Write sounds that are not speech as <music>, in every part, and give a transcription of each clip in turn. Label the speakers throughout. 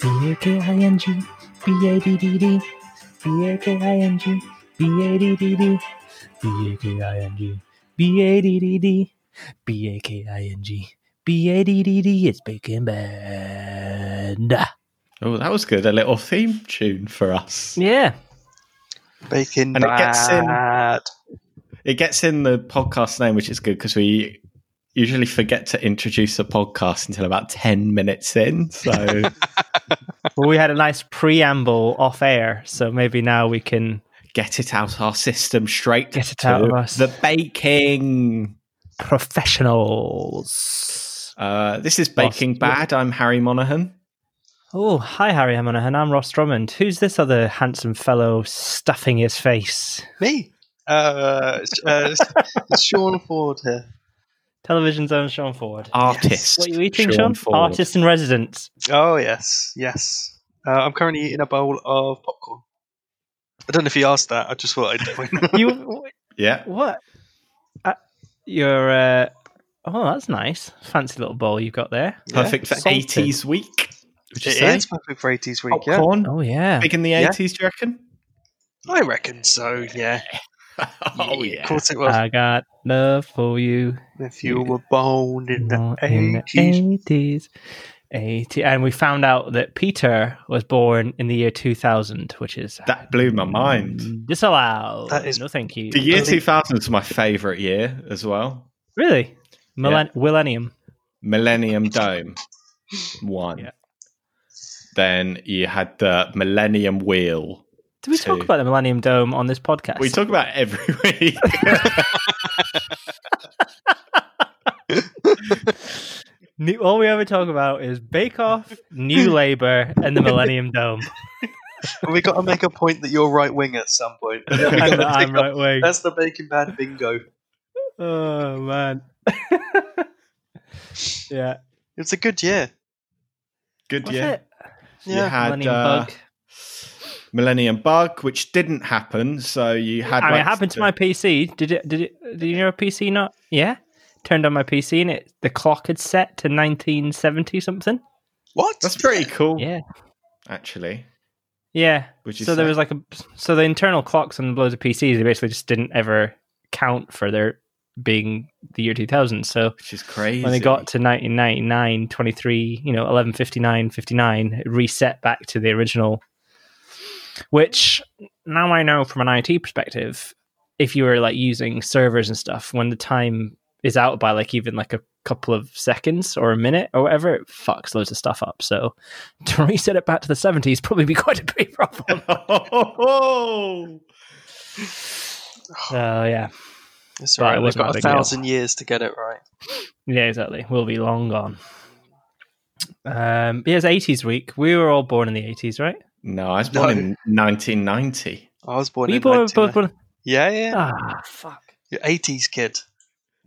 Speaker 1: B A K I N G B A D D D B A K I N G B A D D D B A K I N G B A D D D B A K I N G B A D D D It's Bacon Band.
Speaker 2: Oh, that was good. A little theme tune for us.
Speaker 1: Yeah.
Speaker 3: Bacon
Speaker 2: And it gets in-
Speaker 3: bad.
Speaker 2: It gets in the podcast name, which is good because we usually forget to introduce the podcast until about 10 minutes
Speaker 1: <laughs>
Speaker 2: in. So,
Speaker 1: Well, we had a nice preamble off air, so maybe now we can
Speaker 2: get it out our system straight
Speaker 1: Get it
Speaker 2: to
Speaker 1: out of us.
Speaker 2: the baking
Speaker 1: professionals.
Speaker 2: uh, this is baking bad i'm harry monaghan
Speaker 1: Oh, hi, Harry Monahan. I'm Ross Drummond. Who's this other handsome fellow stuffing his face?
Speaker 3: Me. Uh, it's- uh, it's, it's Sean Ford here.
Speaker 1: Television's own Sean Ford.
Speaker 2: artist
Speaker 1: What are you eating, Sean?
Speaker 2: Sean Ford.
Speaker 1: Artist in residence.
Speaker 3: Oh yes, yes. Uh, I'm currently eating a bowl of popcorn. I don't know if he asked that. I just thought I'd point.
Speaker 1: You
Speaker 2: yeah
Speaker 1: what? Uh, you're. Uh, oh, that's nice. Fancy little bowl you've got there.
Speaker 2: perfect for
Speaker 1: Salted.
Speaker 2: 80s week would you
Speaker 3: It
Speaker 2: say
Speaker 3: is perfect for 80s week. Yeah,
Speaker 2: popcorn
Speaker 1: Oh yeah.
Speaker 2: big in the
Speaker 3: Yeah.
Speaker 2: 80s do you reckon <laughs>
Speaker 3: I reckon so. Yeah.
Speaker 2: oh
Speaker 3: Of
Speaker 2: yeah
Speaker 3: course it was.
Speaker 1: I got love for Uh, you.
Speaker 3: if you were born in the
Speaker 1: Born in the
Speaker 3: 80s,
Speaker 1: 80s. 80 and we found out that Peter was born in the year 2000, which is
Speaker 2: that blew my mind
Speaker 1: disallowed.
Speaker 3: That is-
Speaker 1: no, thank you.
Speaker 2: the year
Speaker 3: Believe-
Speaker 2: 2000 is my favorite year as well
Speaker 1: really? Millen- Millennium.
Speaker 2: millennium dome one
Speaker 1: Yeah.
Speaker 2: then you had the millennium wheel
Speaker 1: Did we talk
Speaker 2: Two.
Speaker 1: about the Millennium Dome on this podcast?
Speaker 2: we talk about it every <laughs> week
Speaker 1: New- all we ever talk about is Bake Off,
Speaker 2: <laughs>
Speaker 1: New Labour, and the Millennium Dome.
Speaker 3: and we got to make a point that you're right wing at some point. And then we
Speaker 1: And
Speaker 3: gotta
Speaker 1: that I'm
Speaker 3: pick up-
Speaker 1: right wing.
Speaker 3: That's the bacon bad bingo.
Speaker 1: Oh man. <laughs> yeah.
Speaker 3: It's a good year.
Speaker 2: good
Speaker 1: What's
Speaker 2: year
Speaker 1: it?
Speaker 2: you
Speaker 3: Yeah.
Speaker 2: had
Speaker 1: Millennium
Speaker 2: uh,
Speaker 1: Bug.
Speaker 2: Millennium Bug, which didn't happen. So you had.
Speaker 1: I mean, it
Speaker 2: like,
Speaker 1: happened to
Speaker 2: the-
Speaker 1: my PC. Did it? Did it? Did your PC not? Yeah. Turned on my PC and it the clock had set to 1970 something.
Speaker 3: What?
Speaker 2: That's pretty cool,
Speaker 1: Yeah.
Speaker 2: actually.
Speaker 1: Yeah.
Speaker 2: Would
Speaker 1: So
Speaker 2: you
Speaker 1: there
Speaker 2: say?
Speaker 1: was like a so the internal clocks on loads of PCs they basically just didn't ever count for their being the year 2000. So
Speaker 2: Which is crazy.
Speaker 1: when they
Speaker 2: <laughs>
Speaker 1: got to 1999, 23, you know, 1159, 59, it reset back to the original. Which now I know from an IT perspective, if you were like using servers and stuff, when the time is out by like even like a couple of seconds or a minute or whatever, it fucks loads of stuff up. So <laughs> to reset it back to the 70s probably be quite a big
Speaker 3: <laughs>
Speaker 1: problem.
Speaker 2: oh,
Speaker 1: Oh, yeah.
Speaker 3: It's
Speaker 1: But
Speaker 3: alright.
Speaker 1: it
Speaker 3: We've
Speaker 1: wasn't a
Speaker 3: got a
Speaker 1: big deal.
Speaker 3: thousand years to get it right.
Speaker 1: Yeah, exactly. We'll be long gone. Um, yeah, it's 80s week. We were all born in the 80s, right?
Speaker 2: no, I was born in
Speaker 1: <laughs>
Speaker 2: 1990.
Speaker 3: I was born
Speaker 1: Were you
Speaker 3: in
Speaker 1: born, born,
Speaker 3: 1990.
Speaker 1: born,
Speaker 3: Yeah, yeah.
Speaker 1: Ah, fuck.
Speaker 3: You're 80s kid. <laughs>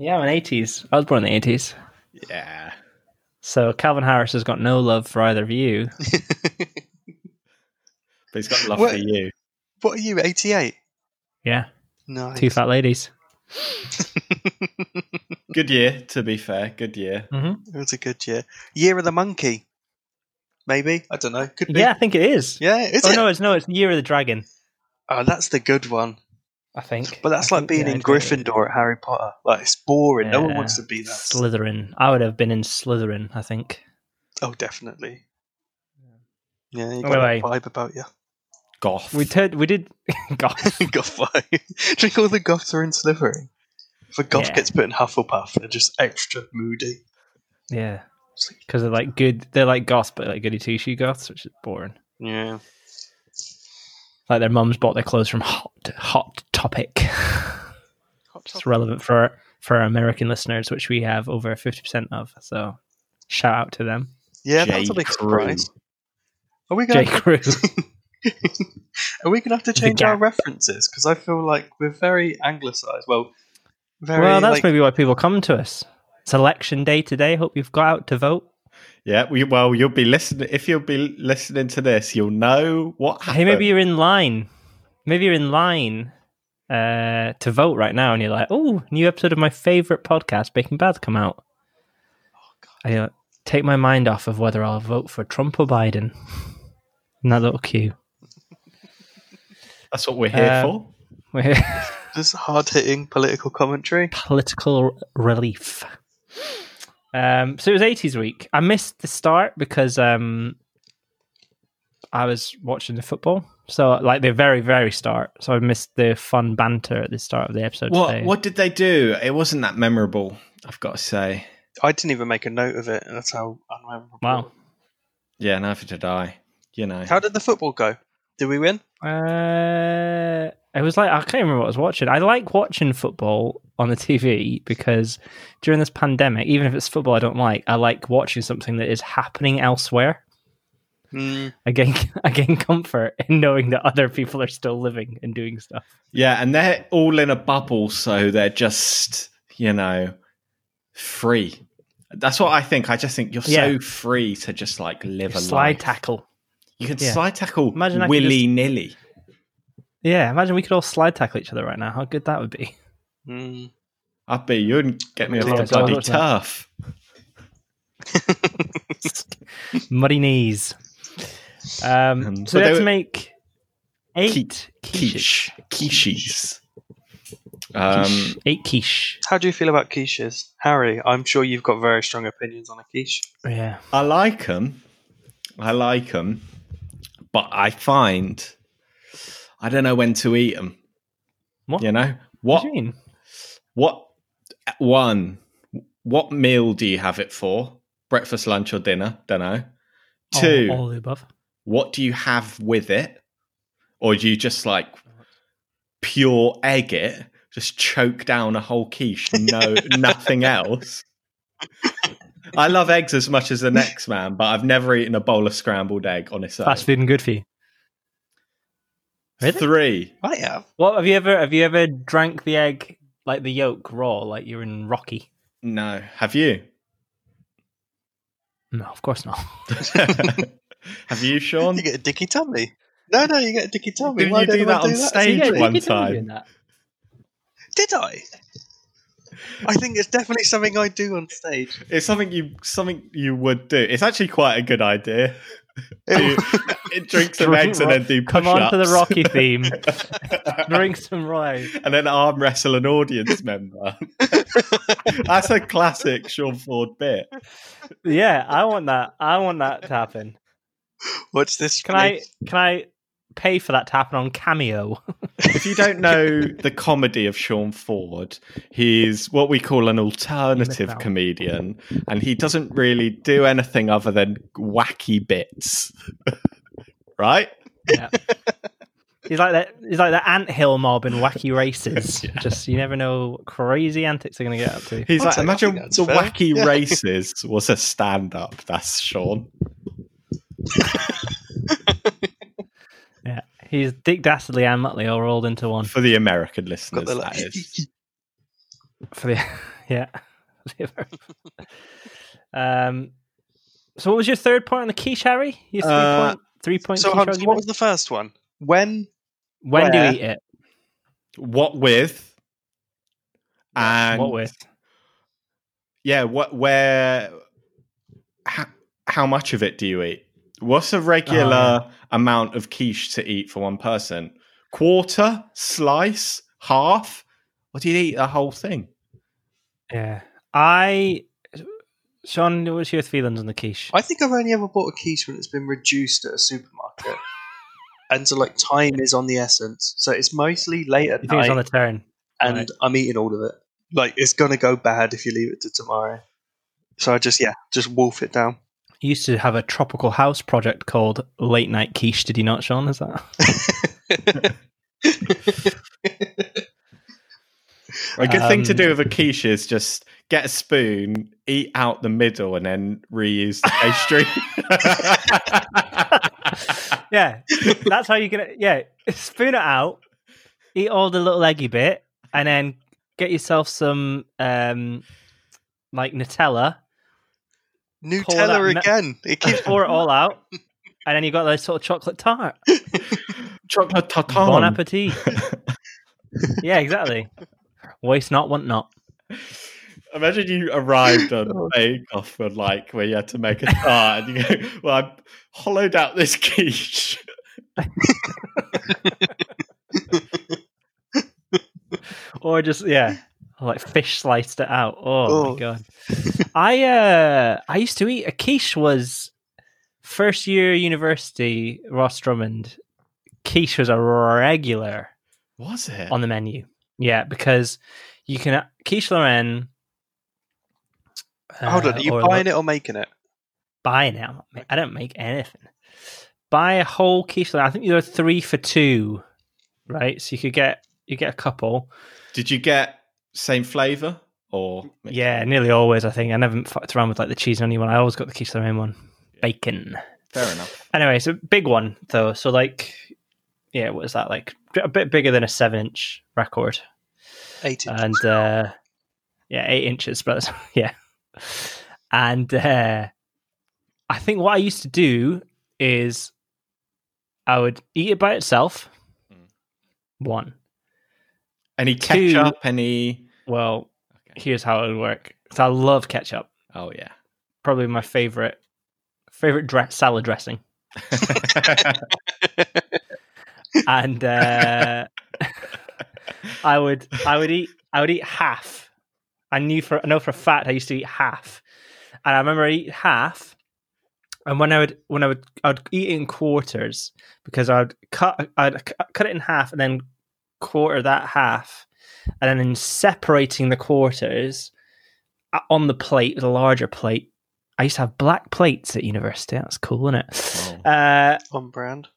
Speaker 1: Yeah, I'm an 80s. I was born in the 80s.
Speaker 2: Yeah.
Speaker 1: So Calvin Harris has got no love for either of you.
Speaker 2: But he's got love
Speaker 3: What-
Speaker 2: for you.
Speaker 3: What are you, 88?
Speaker 1: Yeah,
Speaker 3: No.
Speaker 1: two fat ladies.
Speaker 2: Good year, to be fair. Good year.
Speaker 3: It was a good year. Year of the monkey. Maybe. I don't know. Could be.
Speaker 1: Yeah, I think it is.
Speaker 3: Yeah, is
Speaker 1: oh
Speaker 3: it?
Speaker 1: no, it's no, it's the Year of the Dragon.
Speaker 3: Oh, that's the good one.
Speaker 1: I think.
Speaker 3: But that's
Speaker 1: I
Speaker 3: like
Speaker 1: think,
Speaker 3: being
Speaker 1: yeah,
Speaker 3: in
Speaker 1: it is.
Speaker 3: Gryffindor at Harry Potter. Like, it's boring. No one
Speaker 1: Yeah.
Speaker 3: wants to be that.
Speaker 1: Slytherin. I would have been in Slytherin. I think.
Speaker 3: oh, definitely. Yeah, you
Speaker 1: Oh,
Speaker 3: got a
Speaker 1: wait.
Speaker 3: vibe about you.
Speaker 2: Goth.
Speaker 1: We turned. We did. <laughs> God.
Speaker 3: <laughs> Goth vibe. Drink all the goths are in Slytherin. If a goth
Speaker 1: Yeah.
Speaker 3: gets put in Hufflepuff, they're just extra moody.
Speaker 1: Yeah. Because they're like good. They're like goths, but like goody two shoe goths, which is boring.
Speaker 3: Yeah.
Speaker 1: Like their mums bought their clothes from Hot Hot Topic. <laughs> It's relevant for for our American listeners, which we have over fifty percent of. So shout out to them.
Speaker 3: Yeah,
Speaker 2: J.
Speaker 3: that was a big
Speaker 2: Crew.
Speaker 3: surprise. Are we
Speaker 1: J.
Speaker 3: going?
Speaker 1: Crew.
Speaker 3: <laughs> Are we going to have to change our
Speaker 1: Gap.
Speaker 3: references? Because I feel like we're very anglicised. Well, very.
Speaker 1: well, that's
Speaker 3: like,
Speaker 1: maybe why people come to us. It's election day today. Hope you've got out to vote.
Speaker 2: Yeah. We, well, you'll be listening. If you'll be listening to this, you'll know what happened.
Speaker 1: Hey, maybe you're in line. Maybe you're in line uh, to vote right now, and you're like, "Oh, new episode of my favorite podcast, Baking Bad's come out." And you're like, take my mind off of whether I'll vote for Trump or Biden. <laughs> In that little <laughs> cue.
Speaker 2: That's what we're here
Speaker 1: Uh,
Speaker 2: for.
Speaker 1: We're
Speaker 3: Just hard hitting political commentary.
Speaker 1: political r- relief. Um, so it was 80s week. I missed the start because um, I was watching the football. So, like the very, very start. So I missed the fun banter at the start of the episode.
Speaker 2: What
Speaker 1: today.
Speaker 2: What did they do? It wasn't that memorable. I've got to say.
Speaker 3: I didn't even make a note of it, and that's how unmemorable.
Speaker 1: Wow.
Speaker 2: Yeah, neither did I. You know.
Speaker 3: How did the football go? Did we win?
Speaker 1: Uh, it was like I can't remember what I was watching. I like watching football on the TV because during this pandemic, even if it's football I don't like, I like watching something that is happening elsewhere.
Speaker 3: Mm,
Speaker 1: I gain <laughs> I gain comfort in knowing that other people are still living and doing stuff.
Speaker 2: Yeah, and they're all in a bubble, so they're just you know free. That's what I think. I just think you're
Speaker 1: Yeah.
Speaker 2: so free to just like live a
Speaker 1: Slide
Speaker 2: life.
Speaker 1: tackle.
Speaker 2: You can
Speaker 1: Yeah.
Speaker 2: slide tackle
Speaker 1: Imagine I could
Speaker 2: willy nilly.
Speaker 1: Yeah, imagine we could all slide tackle each other right now. How good that would be.
Speaker 3: mm.
Speaker 2: I'd be you wouldn't get me off
Speaker 1: Yeah,
Speaker 2: the
Speaker 1: so I
Speaker 2: bloody
Speaker 1: was watching that.
Speaker 2: turf.
Speaker 1: <laughs> Muddy knees. Um,
Speaker 2: Um,
Speaker 1: so we
Speaker 2: but
Speaker 1: had
Speaker 2: they
Speaker 1: to
Speaker 2: were-
Speaker 1: make eight quiches.
Speaker 2: Quiche, quiches. Um,
Speaker 1: Eight quiche.
Speaker 3: How do you feel about quiches, Harry? I'm sure you've got very strong opinions on a quiche.
Speaker 1: Yeah.
Speaker 2: I like them. I like them, but I find I don't know when to eat them.
Speaker 1: What?
Speaker 2: You know
Speaker 1: What
Speaker 2: what?
Speaker 1: do you mean?
Speaker 2: What one? What meal do you have it for? Breakfast, lunch, or dinner? Don't know. Two.
Speaker 1: All, all of the above.
Speaker 2: What do you have with it? Or do you just like pure egg it? Just choke down a whole quiche,
Speaker 1: <laughs>
Speaker 2: no nothing else. I love eggs as much as the next man, but I've never eaten a bowl of scrambled egg on its own.
Speaker 1: Fast food and good for you. Really?
Speaker 2: Three.
Speaker 3: I have.
Speaker 1: What have you ever have you ever drank the egg like the yolk raw, like you're in Rocky?
Speaker 2: No.
Speaker 1: <laughs>
Speaker 2: Have you?
Speaker 1: No, of course not.
Speaker 2: have you, Sean?
Speaker 3: You get a dicky tummy. No, no, you get a dicky tummy.
Speaker 2: Didn't
Speaker 3: Why
Speaker 2: you
Speaker 3: did
Speaker 2: do
Speaker 3: I
Speaker 2: that on stage
Speaker 1: Yeah, you
Speaker 2: one
Speaker 1: could tell me
Speaker 2: time?
Speaker 1: that.
Speaker 3: Did I? I think it's definitely something I do on stage.
Speaker 2: It's something you something you would do. It's actually quite a good idea. Do- it drinks some
Speaker 1: Drink
Speaker 2: eggs and
Speaker 1: ro-
Speaker 2: then do push
Speaker 1: Come on to the
Speaker 2: <laughs>
Speaker 1: Rocky theme.
Speaker 2: rock.
Speaker 1: Drink some rye.
Speaker 2: <laughs> and then arm wrestle an audience member. <laughs> That's a classic Sean Ford bit.
Speaker 1: Yeah, I want that. I want that to happen.
Speaker 3: <laughs> What's this?
Speaker 1: Can I can I pay for that to happen on Cameo?
Speaker 2: If you don't know the comedy of Sean Ford, he's what we call an
Speaker 1: You
Speaker 2: alternative
Speaker 1: missed out.
Speaker 2: comedian, and he doesn't really do anything other than wacky bits. <laughs> right?
Speaker 1: He's like that. He's like the ant hill mob in Wacky Races. Just you never know what crazy antics they're going to get up to.
Speaker 2: He's
Speaker 3: I'd
Speaker 2: like,
Speaker 3: say- I
Speaker 2: imagine
Speaker 3: think that's
Speaker 2: the
Speaker 3: fair.
Speaker 2: wacky
Speaker 3: Yeah.
Speaker 2: races was a stand up. That's Sean.
Speaker 1: Yeah, he's Dick Dastardly and Muttley all rolled into one.
Speaker 2: For the American
Speaker 3: Got
Speaker 2: listeners,
Speaker 3: the
Speaker 2: that is.
Speaker 1: for the <laughs> yeah. um. So, what was your third point on the quiche, Harry? Your three
Speaker 2: Uh,
Speaker 1: point, three point
Speaker 3: So,
Speaker 1: quiche
Speaker 3: Hans, what
Speaker 1: argument?
Speaker 3: was the first one? When?
Speaker 1: When do you
Speaker 3: where-
Speaker 1: eat it?
Speaker 2: What with? And
Speaker 1: what with?
Speaker 2: yeah what where how, how much of it do you eat what's a regular
Speaker 1: Uh.
Speaker 2: amount of quiche to eat for one person quarter slice half what do you eat the whole thing
Speaker 1: Yeah, I. Sean, what's your feelings on the quiche?
Speaker 3: I think I've only ever bought a quiche when it's been reduced at
Speaker 1: <laughs>
Speaker 3: a supermarket. and so, like, time is on the essence. So it's mostly late at
Speaker 1: You think
Speaker 3: night,
Speaker 1: it's on the turn?
Speaker 3: and
Speaker 1: right.
Speaker 3: I'm eating all of it. Like, it's going to go bad if you leave it to tomorrow. So I just, yeah, just wolf it down. <laughs>
Speaker 1: You used to have a tropical house project called Late Night Quiche, did you not, Sean? Is that?
Speaker 2: a good thing to
Speaker 1: Um,
Speaker 2: do with a quiche is just get a spoon eat out the middle and then reuse the
Speaker 1: <laughs>
Speaker 2: pastry
Speaker 1: <laughs> yeah, that's how you're gonna. Yeah, spoon it out, eat all the little eggy bit, and then get yourself some um like Nutella, that
Speaker 3: Nutella
Speaker 1: na-
Speaker 3: again. It
Speaker 1: <laughs>
Speaker 3: keeps.
Speaker 1: pour it all out, and then you got this sort of chocolate tart.
Speaker 2: chocolate tartan
Speaker 1: Bon <laughs> appetit. yeah, exactly. Waste not, want not.
Speaker 2: Imagine you arrived on
Speaker 3: Oh.
Speaker 2: Bake Off and like where you had to make a start and you go, "Well, I hollowed out this quiche."
Speaker 1: or just yeah, or <laughs> like fish sliced it out. Oh,
Speaker 3: Oh.
Speaker 1: my god! I uh, I used to eat a quiche was first year university Ross Drummond. Quiche was a regular
Speaker 2: Was it?
Speaker 1: on the menu. Yeah, because you can quiche Lorraine. uh,
Speaker 3: Hold on, are you buying it or making it?
Speaker 1: Buy now. I don't make anything. Buy a whole quiche Lorraine. I think you're three for two, right? So you could get you get a couple.
Speaker 2: Did you get same flavour or
Speaker 1: Yeah, nearly always. I think I never fucked around with like the cheese and onion one. I always got the quiche Lorraine one, bacon.
Speaker 2: Fair enough.
Speaker 1: Anyway, so big one though. So like, yeah, what is that like? A bit bigger than a seven-inch record,
Speaker 3: Eight inches.
Speaker 1: and uh yeah, eight inches. But that's- <laughs> yeah, and uh I think what I used to do is I would eat it by itself.
Speaker 2: Mm.
Speaker 1: One.
Speaker 2: Any
Speaker 1: Two-
Speaker 2: ketchup? Any?
Speaker 1: Well,
Speaker 2: Okay.
Speaker 1: here's how it would work. 'Cause I love ketchup.
Speaker 2: Oh
Speaker 1: <laughs>
Speaker 2: yeah.
Speaker 1: probably my favorite favorite dress, salad dressing. And uh, <laughs> I would I would eat I would eat half. I knew for I know for a fact I used to eat half, and I remember I eat half. And when I would when I would I'd eat it in quarters because I'd cut I'd cu- cut it in half and then quarter that half, and then in separating the quarters uh, on the plate, the larger plate. I used to have black plates at university. That's cool, isn't it? Uh,
Speaker 3: <laughs> on
Speaker 1: <laughs>
Speaker 3: brand.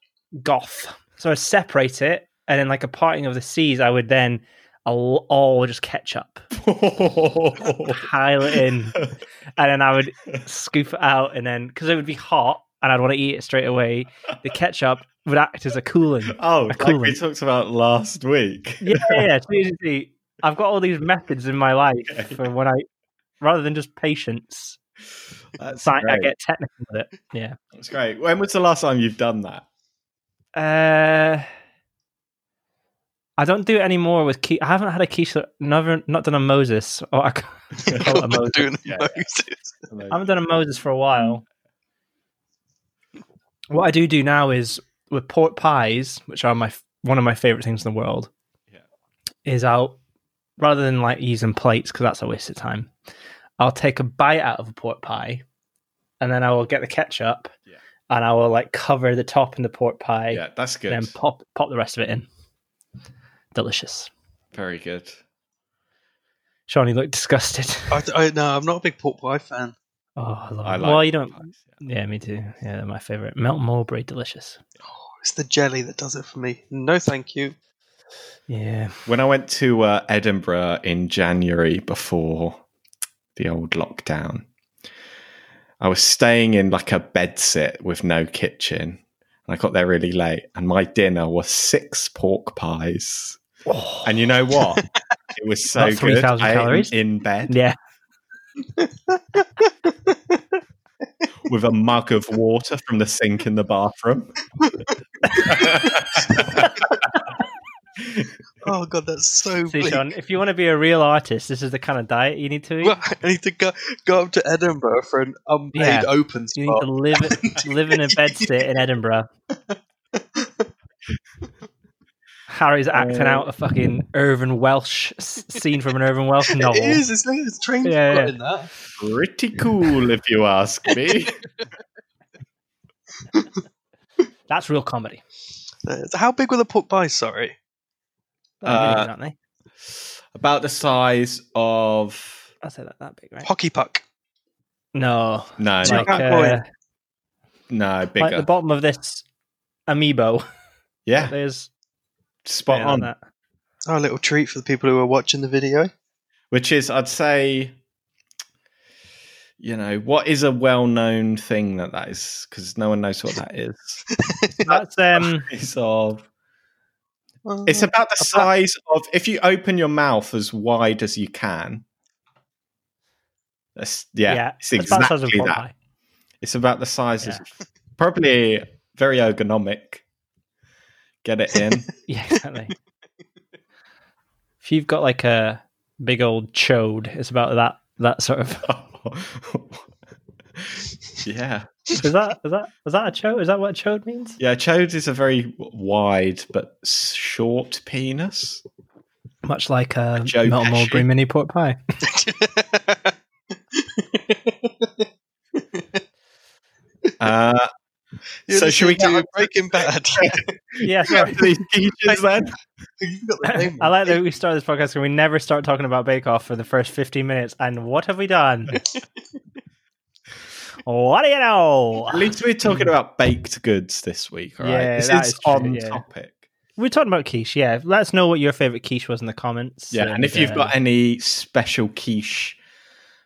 Speaker 1: goth. So I'd separate it, and then like a parting of the seas, I would then all, all just catch up, pile it
Speaker 2: <laughs>
Speaker 1: in, and then I would scoop it out, and then because it would be hot and I'd want to eat it straight away, the ketchup would act as a cooling.
Speaker 2: oh, like we
Speaker 1: coolant.
Speaker 2: talked about last week.
Speaker 1: Yeah, yeah. so you see, I've got all these methods in my life for when I, rather than just patience,
Speaker 2: That's
Speaker 1: sci- I
Speaker 2: great.
Speaker 1: get technical with it. Yeah.
Speaker 2: That's great. When was the last time you've done that?
Speaker 1: Uh, I don't do it anymore with key. I haven't had a quiche. Never, not done a Moses. Or I, c- call it a Moses.
Speaker 3: doing
Speaker 2: Yeah,
Speaker 3: Moses.
Speaker 1: I haven't done a Moses for a while.
Speaker 2: Mm.
Speaker 1: What I do do now is with pork pies, which are my f- one of my favorite things in the world.
Speaker 2: Yeah.
Speaker 1: Is I'll rather than like using plates because that's a waste of time. I'll take a bite out of a pork pie, and then I will get the ketchup,
Speaker 2: Yeah.
Speaker 1: and I will like cover the top in the pork pie.
Speaker 2: yeah, that's good.
Speaker 1: and then pop pop the rest of it in. Delicious.
Speaker 2: Very good.
Speaker 1: Sean, you look disgusted. <laughs>
Speaker 3: I, I, no, I'm not a big pork pie fan.
Speaker 1: Oh, I love
Speaker 2: I
Speaker 1: it.
Speaker 2: like
Speaker 1: well, you don't.
Speaker 2: pies, yeah.
Speaker 1: Yeah, me too. Yeah, they're my favorite. Melt Mulberry, delicious.
Speaker 3: It's the jelly that does it for me. No, thank you.
Speaker 1: Yeah.
Speaker 2: When I went to uh, Edinburgh in January before the old lockdown, I was staying in like a bed sit with no kitchen. And I got there really late, and my dinner was six pork pies.
Speaker 1: Oh,
Speaker 3: <laughs>
Speaker 2: And you know what?
Speaker 1: <laughs>
Speaker 2: it was so
Speaker 1: About 3,000
Speaker 2: good. I ate them
Speaker 1: calories.
Speaker 2: in bed
Speaker 1: yeah.
Speaker 2: with a mug of water from the sink in the bathroom.
Speaker 3: Oh god, that's
Speaker 1: <laughs>
Speaker 3: so.
Speaker 1: See,
Speaker 3: <laughs> bleak.
Speaker 1: Sean, if you want to be a real artist, this is the kind of diet you need to eat.
Speaker 3: Well, I need to go, go up to Edinburgh for an unpaid
Speaker 1: Yeah.
Speaker 3: open
Speaker 1: you need
Speaker 3: spot.
Speaker 1: to live
Speaker 3: <laughs>
Speaker 1: live in a bedsit in Edinburgh. Harry's acting
Speaker 2: Uh,
Speaker 1: out a fucking Irvin Welsh s- scene from an Irvin Welsh novel.
Speaker 3: It is. It's like it's train
Speaker 1: Yeah,
Speaker 3: yeah,
Speaker 1: yeah.
Speaker 3: in that.
Speaker 2: Pretty cool, if you ask me.
Speaker 1: That's real comedy.
Speaker 3: Uh, How big were the pork pies? Sorry,
Speaker 1: They're really
Speaker 2: Uh,
Speaker 1: good, aren't they?
Speaker 2: About the size of
Speaker 1: I'll say that that big, right?
Speaker 3: hockey puck.
Speaker 1: No,
Speaker 2: no,
Speaker 3: Two
Speaker 1: like,
Speaker 3: pound
Speaker 1: uh,
Speaker 3: coin.
Speaker 2: no, bigger.
Speaker 1: like the bottom of this amiibo.
Speaker 2: yeah,
Speaker 1: There's
Speaker 2: spot
Speaker 1: yeah, like
Speaker 2: on.
Speaker 1: that.
Speaker 3: Oh, a little treat for the people who are watching the video.
Speaker 2: Which is, I'd say, you know, what is a well-known thing that that is? Because no one knows what that is.
Speaker 1: That's um,
Speaker 2: It's of.
Speaker 3: Oh, <laughs>
Speaker 2: It's about the size of if you open your mouth as wide as you can. That's, yeah,
Speaker 1: yeah,
Speaker 2: it's
Speaker 1: that's about the size of a
Speaker 2: exactly
Speaker 1: pot
Speaker 2: that.
Speaker 1: pie.
Speaker 2: It's about the size. Of, <laughs> probably very ergonomic. Get it in.
Speaker 1: <laughs> Yeah, exactly. if you've got like a big old chode, it's about that That sort
Speaker 2: <laughs>
Speaker 1: of
Speaker 2: yeah.
Speaker 1: is that is that is that a chode? Is that what chode means?
Speaker 2: Yeah, chode is a very wide but short penis.
Speaker 1: Much like a
Speaker 2: Joe
Speaker 1: metal
Speaker 2: Pesci.
Speaker 1: mulberry mini pork pie.
Speaker 2: Uh, So should we
Speaker 3: do
Speaker 2: get-
Speaker 3: Breaking
Speaker 1: <laughs>
Speaker 3: Bad?
Speaker 2: <laughs>
Speaker 1: Yeah, <laughs> sorry.
Speaker 2: these teachers then.
Speaker 3: You've got the name
Speaker 1: <laughs> I like that we start this podcast and we never start talking about Bake Off for the first 15 minutes. And what have we
Speaker 2: <laughs>
Speaker 1: done? what do you know?
Speaker 2: At least we're talking about baked goods this week, all right?
Speaker 1: Yeah,
Speaker 2: this
Speaker 1: that
Speaker 2: is
Speaker 1: is true,
Speaker 2: on
Speaker 1: yeah.
Speaker 2: topic.
Speaker 1: We're talking about quiche, yeah. Let us know what your favorite quiche was in the comments.
Speaker 2: Yeah, and if you've
Speaker 1: uh,
Speaker 2: got any special quiche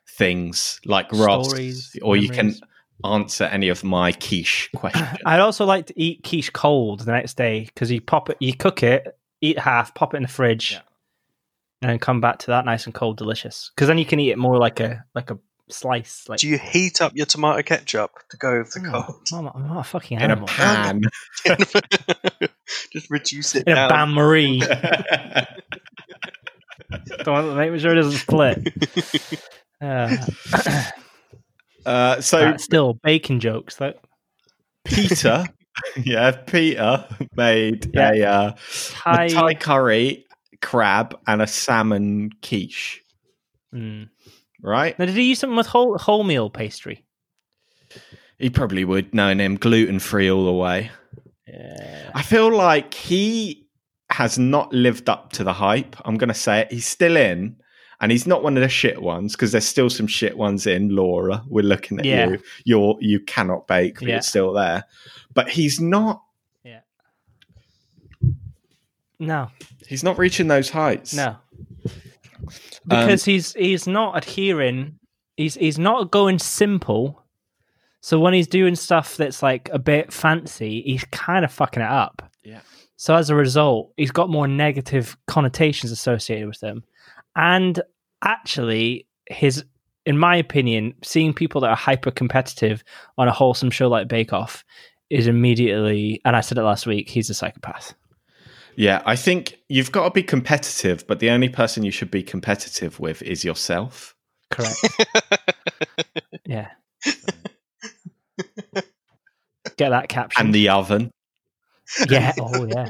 Speaker 2: things like Ross,
Speaker 1: Stories,
Speaker 2: or you can
Speaker 1: memories.
Speaker 2: answer any of my
Speaker 1: <laughs>
Speaker 2: quiche questions.
Speaker 1: <coughs> I'd also like to eat quiche cold the next day because you pop it, you cook it, eat half, pop it in the fridge,
Speaker 2: Yeah.
Speaker 1: and then come back to that nice and cold, delicious. Because then you can eat it more like a like a slice. Like
Speaker 3: Do you heat up your tomato ketchup to go with the
Speaker 2: No.
Speaker 3: cold?
Speaker 1: I'm, not, I'm not a fucking
Speaker 2: in a
Speaker 1: animal.
Speaker 2: pan. <laughs>
Speaker 3: <laughs> Just reduce it
Speaker 1: In a
Speaker 3: down.
Speaker 1: bain
Speaker 2: <laughs>
Speaker 1: marie. Don't make sure it doesn't split.
Speaker 2: <laughs>
Speaker 1: Uh, <coughs>
Speaker 2: uh, so
Speaker 1: but still, bacon jokes. That
Speaker 2: Peter,
Speaker 1: <laughs>
Speaker 2: yeah, Peter made
Speaker 1: Yeah.
Speaker 2: a, uh,
Speaker 1: Thai.
Speaker 2: a Thai curry crab and a salmon quiche,
Speaker 1: Mm.
Speaker 2: right?
Speaker 1: Now, did he use something with whole wholemeal pastry?
Speaker 2: He probably would, knowing him, gluten free all the way.
Speaker 1: Yeah.
Speaker 2: I feel like he has not lived up to the hype. I'm going to say it. He's still in, and he's not one of the shit ones because there's still some shit ones in. Laura, we're looking at
Speaker 1: Yeah.
Speaker 2: you. You're you cannot bake, but
Speaker 1: Yeah.
Speaker 2: you're still there. But he's not.
Speaker 1: No,
Speaker 2: He's not reaching those heights.
Speaker 1: no. Because he's he's not adhering. He's he's not going simple. So when he's doing stuff that's like a bit fancy, he's kind of fucking it up.
Speaker 2: Yeah.
Speaker 1: So as a result, he's got more negative connotations associated with them. And actually, his, in my opinion, seeing people that are hyper competitive on a wholesome show like Bake Off is immediately, and I said it last week, he's a psychopath.
Speaker 2: Yeah, I think you've got to be competitive, but the only person you should be competitive with is yourself.
Speaker 1: Correct. <laughs> yeah. Get that caption.
Speaker 2: And the oven.
Speaker 1: yeah. Oh,
Speaker 2: <laughs>
Speaker 1: yeah.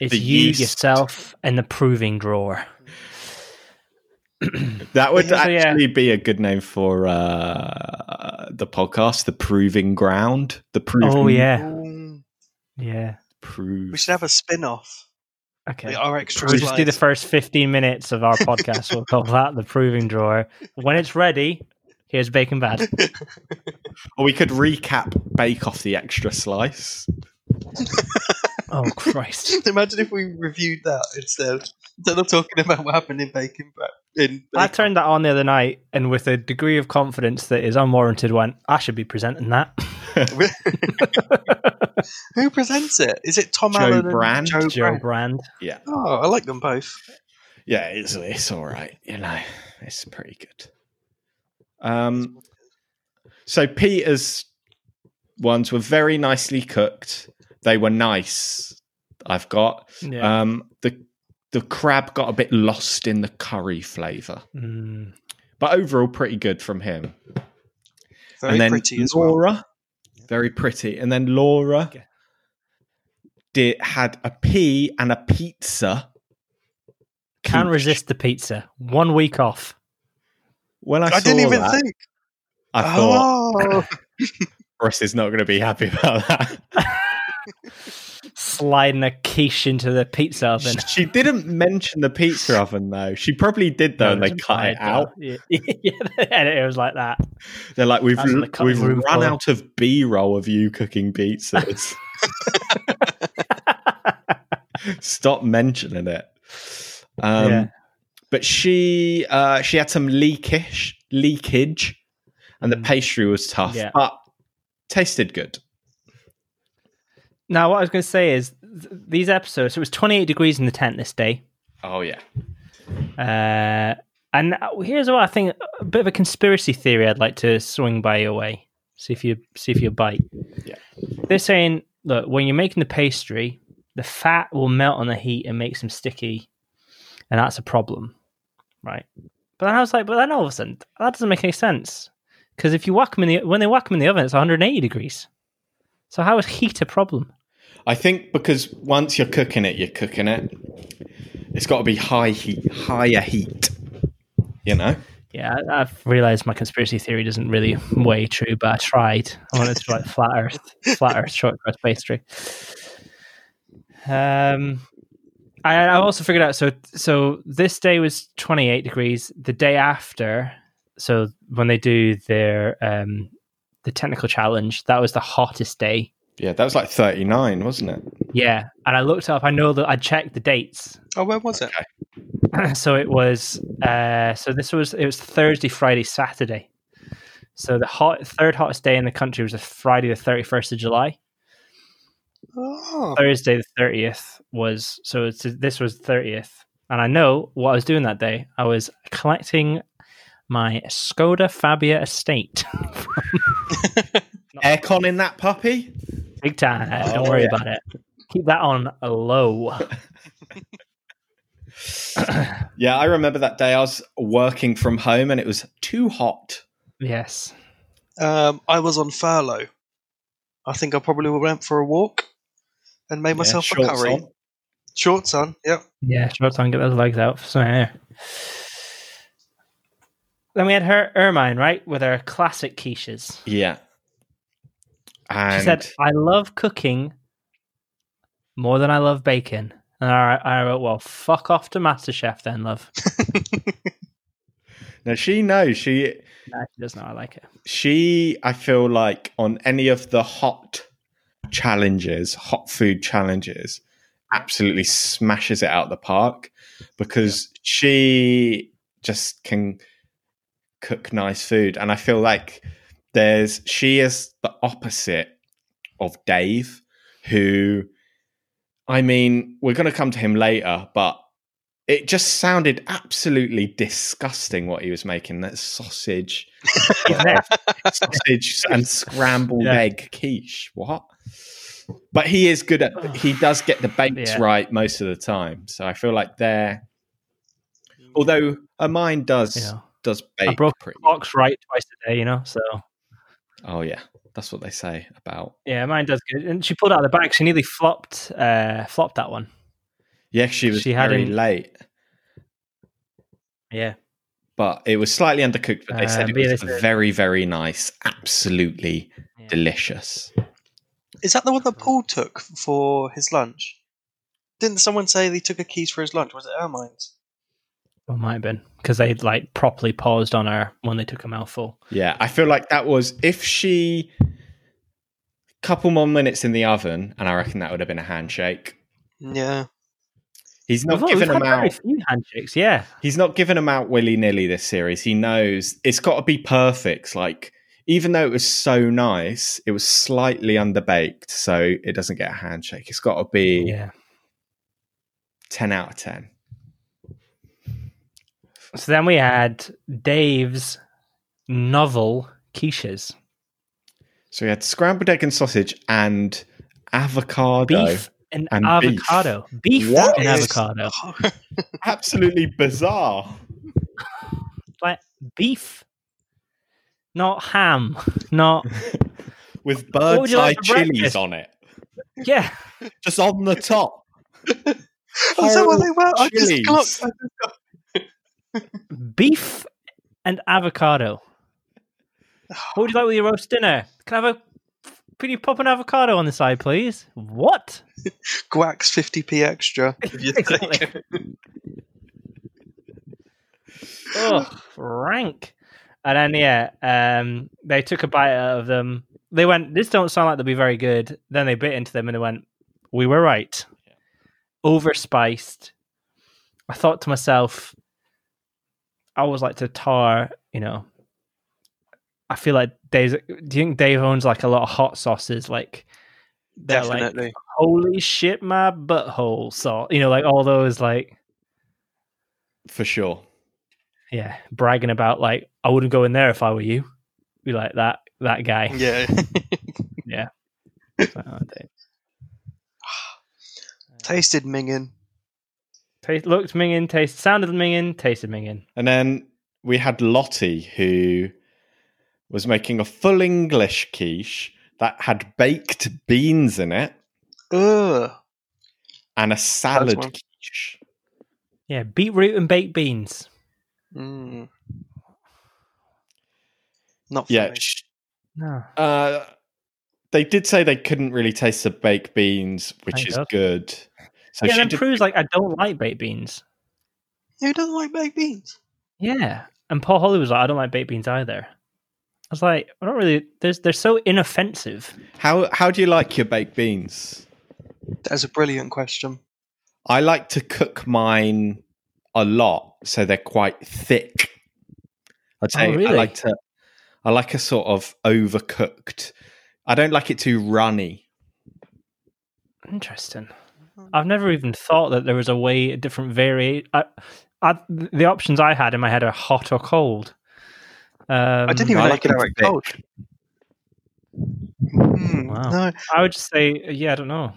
Speaker 1: It's
Speaker 2: The
Speaker 1: you,
Speaker 2: yeast.
Speaker 1: yourself, and the proving drawer.
Speaker 2: That would
Speaker 1: Yeah, so, yeah.
Speaker 2: actually be a good name for uh, the podcast, The Proving Ground. The Proving
Speaker 1: Oh, yeah.
Speaker 3: Mm,
Speaker 1: Yeah.
Speaker 2: Prove.
Speaker 3: We should have a spin off.
Speaker 1: Okay.
Speaker 3: Our extra
Speaker 1: We'll just do the
Speaker 3: slice.
Speaker 1: first 15 minutes
Speaker 2: <laughs>
Speaker 1: of our podcast. We'll call that the proving drawer. When it's ready, here's Bacon Bad.
Speaker 2: Or we could recap Bake Off the Extra Slice.
Speaker 1: Oh, Christ.
Speaker 3: <laughs> Imagine if we reviewed that instead. Instead of talking about what happened in Bacon Bad. In
Speaker 1: I
Speaker 3: Bacon-
Speaker 1: turned that on the other night and with a degree of confidence that is unwarranted went, I should be presenting that.
Speaker 3: <laughs> Who presents it? Is it Tom
Speaker 2: Joe
Speaker 3: Allen
Speaker 2: Brand.
Speaker 3: and Joe,
Speaker 1: Joe
Speaker 3: Brand?
Speaker 1: Brand.
Speaker 2: Yeah.
Speaker 3: Oh, I like them both.
Speaker 2: Yeah, it's, it's all right. You know, it's pretty good. Um, so Peter's ones were very nicely cooked. They were nice. I've got.
Speaker 1: Yeah.
Speaker 2: Um, the the crab got a bit lost in the curry flavour,
Speaker 1: Mm.
Speaker 2: but overall pretty good from him.
Speaker 3: Very
Speaker 2: and then
Speaker 3: pretty as well.
Speaker 2: Laura, very pretty, and then Laura
Speaker 1: Okay.
Speaker 2: did had a pea and a pizza.
Speaker 1: Can't
Speaker 2: Peach.
Speaker 1: resist the pizza. One week off.
Speaker 2: When I,
Speaker 3: I,
Speaker 2: saw
Speaker 3: didn't even
Speaker 2: that,
Speaker 3: think.
Speaker 2: I thought
Speaker 3: oh,
Speaker 2: Ross is not going to be happy about that.
Speaker 1: Sliding a quiche into the pizza oven.
Speaker 2: she didn't mention the pizza oven though. She probably did though, and they cut it out.
Speaker 1: <laughs> Yeah. yeah, the editor was like that.
Speaker 2: They're like, we've
Speaker 1: That's what they cut
Speaker 2: we've
Speaker 1: the room
Speaker 2: run
Speaker 1: for.
Speaker 2: out of B roll of you
Speaker 1: <laughs>
Speaker 2: cooking pizzas. Stop mentioning it. Um,
Speaker 1: Yeah.
Speaker 2: But she uh, she had some leakish leakage, and the
Speaker 1: Mm.
Speaker 2: pastry was tough,
Speaker 1: Yeah.
Speaker 2: but tasted good.
Speaker 1: Now, what I was going to say is th- these episodes, it was 28 degrees in the tent this day.
Speaker 2: Oh yeah,
Speaker 1: Uh, and here's what I think a bit of a conspiracy theory I'd like to swing by your way. See if you see if you bite.
Speaker 2: Yeah.
Speaker 1: They're saying, look, when you're making the pastry, the fat will melt on the heat and make them sticky, and that's a problem, right? But then I was like, but then all of a sudden that doesn't make any sense because if you whack them in the when they whack them in the oven, it's 180 degrees. So how is heat a problem?
Speaker 2: I think because once you're cooking it, you're cooking it. It's got to be high heat, higher heat. You know,
Speaker 1: Yeah, I- I've realised my conspiracy theory doesn't really weigh true, but I tried. I wanted to like flat Earth, flat Earth shortcrust pastry. Um, I, I also figured out so so this day was twenty eight degrees. The day after, so when they do their um the technical challenge, that was the hottest day
Speaker 2: yeah, that was like 39, wasn't it?
Speaker 1: Yeah, and I looked up. I know that I checked the dates,
Speaker 3: Oh, where was it?
Speaker 1: <clears throat> so it was. Uh, so this was it was Thursday, Friday, Saturday. So the hot third hottest day in the country was a Friday, the thirty first of July.
Speaker 3: Oh,
Speaker 1: Thursday, the thirtieth was. So it's, this was thirtieth, and I know what I was doing that day. I was collecting my Skoda Fabia estate, <laughs>
Speaker 2: Aircon in that puppy?
Speaker 1: big time. Don't
Speaker 2: Oh,
Speaker 1: worry
Speaker 2: yeah.
Speaker 1: about it. Keep that on low.
Speaker 2: Yeah, I remember that day I was working from home and it was too hot.
Speaker 1: yes.
Speaker 3: um, I was on furlough. I think I probably went for a walk and made myself
Speaker 2: Yeah,
Speaker 3: a
Speaker 2: shorts
Speaker 3: curry.
Speaker 2: on.
Speaker 3: Shorts on, yep.
Speaker 1: Yeah, short on get those legs out. So yeah. Then we had her Ermine, right, with her classic quiches.
Speaker 2: Yeah. And
Speaker 1: She said, "I love cooking more than I love bacon." And I, I wrote, "Well, fuck off to MasterChef then, love."
Speaker 2: now she knows she
Speaker 1: no, she does not. I like it.
Speaker 2: she i feel like on any of the hot challenges hot food challenges absolutely smashes it out of the park because she just can cook nice food and i feel like there's she is the opposite of dave who i mean we're going to come to him later but it just sounded absolutely disgusting what he was making that sausage
Speaker 1: He's there.
Speaker 2: sausage and scrambled
Speaker 1: Yeah.
Speaker 2: egg quiche. What? But he is good at he does get the bakes
Speaker 1: Yeah.
Speaker 2: right most of the time. So I feel like they're although her mind does
Speaker 1: Yeah.
Speaker 2: does bake
Speaker 1: broke
Speaker 2: pretty
Speaker 1: Clock's right twice a day, you know. So
Speaker 2: Oh yeah. That's what they say about
Speaker 1: yeah, mine does good. And she pulled out of the bag. She nearly flopped, uh, flopped that one.
Speaker 2: Yeah, she was
Speaker 1: She had
Speaker 2: very
Speaker 1: him-
Speaker 2: late,
Speaker 1: Yeah,
Speaker 2: but it was slightly undercooked, but they
Speaker 1: Uh,
Speaker 2: said it
Speaker 1: but yeah,
Speaker 2: was
Speaker 1: they said-
Speaker 2: very, very nice, absolutely
Speaker 1: Yeah.
Speaker 2: delicious.
Speaker 3: Is that the one that
Speaker 2: Hmm.
Speaker 3: Paul took for his lunch? Didn't someone say they took a keys for his lunch? Was it Ermine's?
Speaker 1: well, might have been because they like properly paused on her when they took a mouthful.
Speaker 2: Yeah, I feel like that was if she couple more minutes in the oven, and I reckon that would have been a handshake. Hmm.
Speaker 3: Yeah.
Speaker 2: He's not
Speaker 1: We've-
Speaker 2: giving
Speaker 1: we've
Speaker 2: them
Speaker 1: had very
Speaker 2: out.
Speaker 1: few handshakes. Yeah,
Speaker 2: He's not giving them out willy nilly this series. He knows it's got to be perfect. Like even though it was so nice, it was slightly underbaked, so it doesn't get a handshake. It's got to be
Speaker 1: yeah.
Speaker 2: ten out of ten.
Speaker 1: So then we had Dave's novel quiches,
Speaker 2: So we had scrambled egg and sausage and avocado.
Speaker 1: beef and,
Speaker 2: And
Speaker 1: avocado, beef,
Speaker 2: What
Speaker 1: and
Speaker 3: is-
Speaker 1: avocado,
Speaker 2: Absolutely bizarre.
Speaker 1: like beef, not ham,
Speaker 2: <laughs>
Speaker 1: not
Speaker 2: With
Speaker 1: would
Speaker 2: bird's
Speaker 1: you
Speaker 2: eye
Speaker 1: like for
Speaker 2: chilies
Speaker 1: breakfast?
Speaker 2: on it.
Speaker 1: yeah.
Speaker 2: Just on the top.
Speaker 3: Is that what they were? I
Speaker 2: Chilies.
Speaker 3: just clocked. <laughs>
Speaker 1: beef and avocado. What would you like with your roast dinner? Can I have a? Can you pop an avocado on the side, please? What?
Speaker 3: Guax 50p extra. If
Speaker 2: <laughs>
Speaker 3: you
Speaker 1: Exactly.
Speaker 3: take it.
Speaker 1: <laughs> Ugh, rank. Oh, And then yeah, um, they took a bite out of them. They went, "This don't sound like they'll be very good." Then they bit into them and they went, "We were right." Overspiced. I thought to myself, I always like to tar. You know, I feel like Dave's. Do you think Dave owns like a lot of hot sauces? Like they're like,
Speaker 3: Definitely.
Speaker 1: holy shit, my butthole salt. You know, like all those like
Speaker 2: For sure.
Speaker 1: yeah, bragging about like I wouldn't go in there if I were you. Be like that that
Speaker 3: <laughs>
Speaker 1: guy.
Speaker 3: yeah.
Speaker 2: <laughs>
Speaker 1: It's like, oh, Dave.
Speaker 3: Tasted minging.
Speaker 1: Taste, looked minging, taste sounded minging, tasted minging.
Speaker 2: And then we had Lottie who was making a full English quiche that had baked beans in it
Speaker 3: Ugh.
Speaker 2: and a salad
Speaker 3: one.
Speaker 2: quiche.
Speaker 1: Yeah, beetroot and baked beans.
Speaker 3: Mm. Not for
Speaker 2: Yeah,
Speaker 3: me.
Speaker 2: sh-
Speaker 1: No.
Speaker 2: uh, they did say they couldn't really taste the baked beans, which
Speaker 1: Thank
Speaker 2: is
Speaker 1: God.
Speaker 2: good. So
Speaker 1: yeah,
Speaker 2: she
Speaker 1: and then
Speaker 2: did,
Speaker 1: proves like I don't like baked beans.
Speaker 3: Who doesn't like baked beans?
Speaker 1: Yeah, and Paul Holly was like, I don't like baked beans either. I was like, I don't really. They're they're so inoffensive.
Speaker 2: how how do you like your baked beans?
Speaker 3: That's a brilliant question.
Speaker 2: I like to cook mine a lot, so they're quite thick. I'd
Speaker 1: Oh,
Speaker 2: say I
Speaker 1: really?
Speaker 2: like to. I like a sort of overcooked. I don't like it too runny.
Speaker 1: Interesting. I've never even thought that there was a way a different vari. I, I, the options I had in my head are hot or cold. Um,
Speaker 3: I didn't even
Speaker 2: I like
Speaker 3: like it
Speaker 2: them
Speaker 3: out
Speaker 2: thick.
Speaker 3: cold. Mm,
Speaker 1: Wow.
Speaker 3: No,
Speaker 1: I would just say, yeah, I don't know.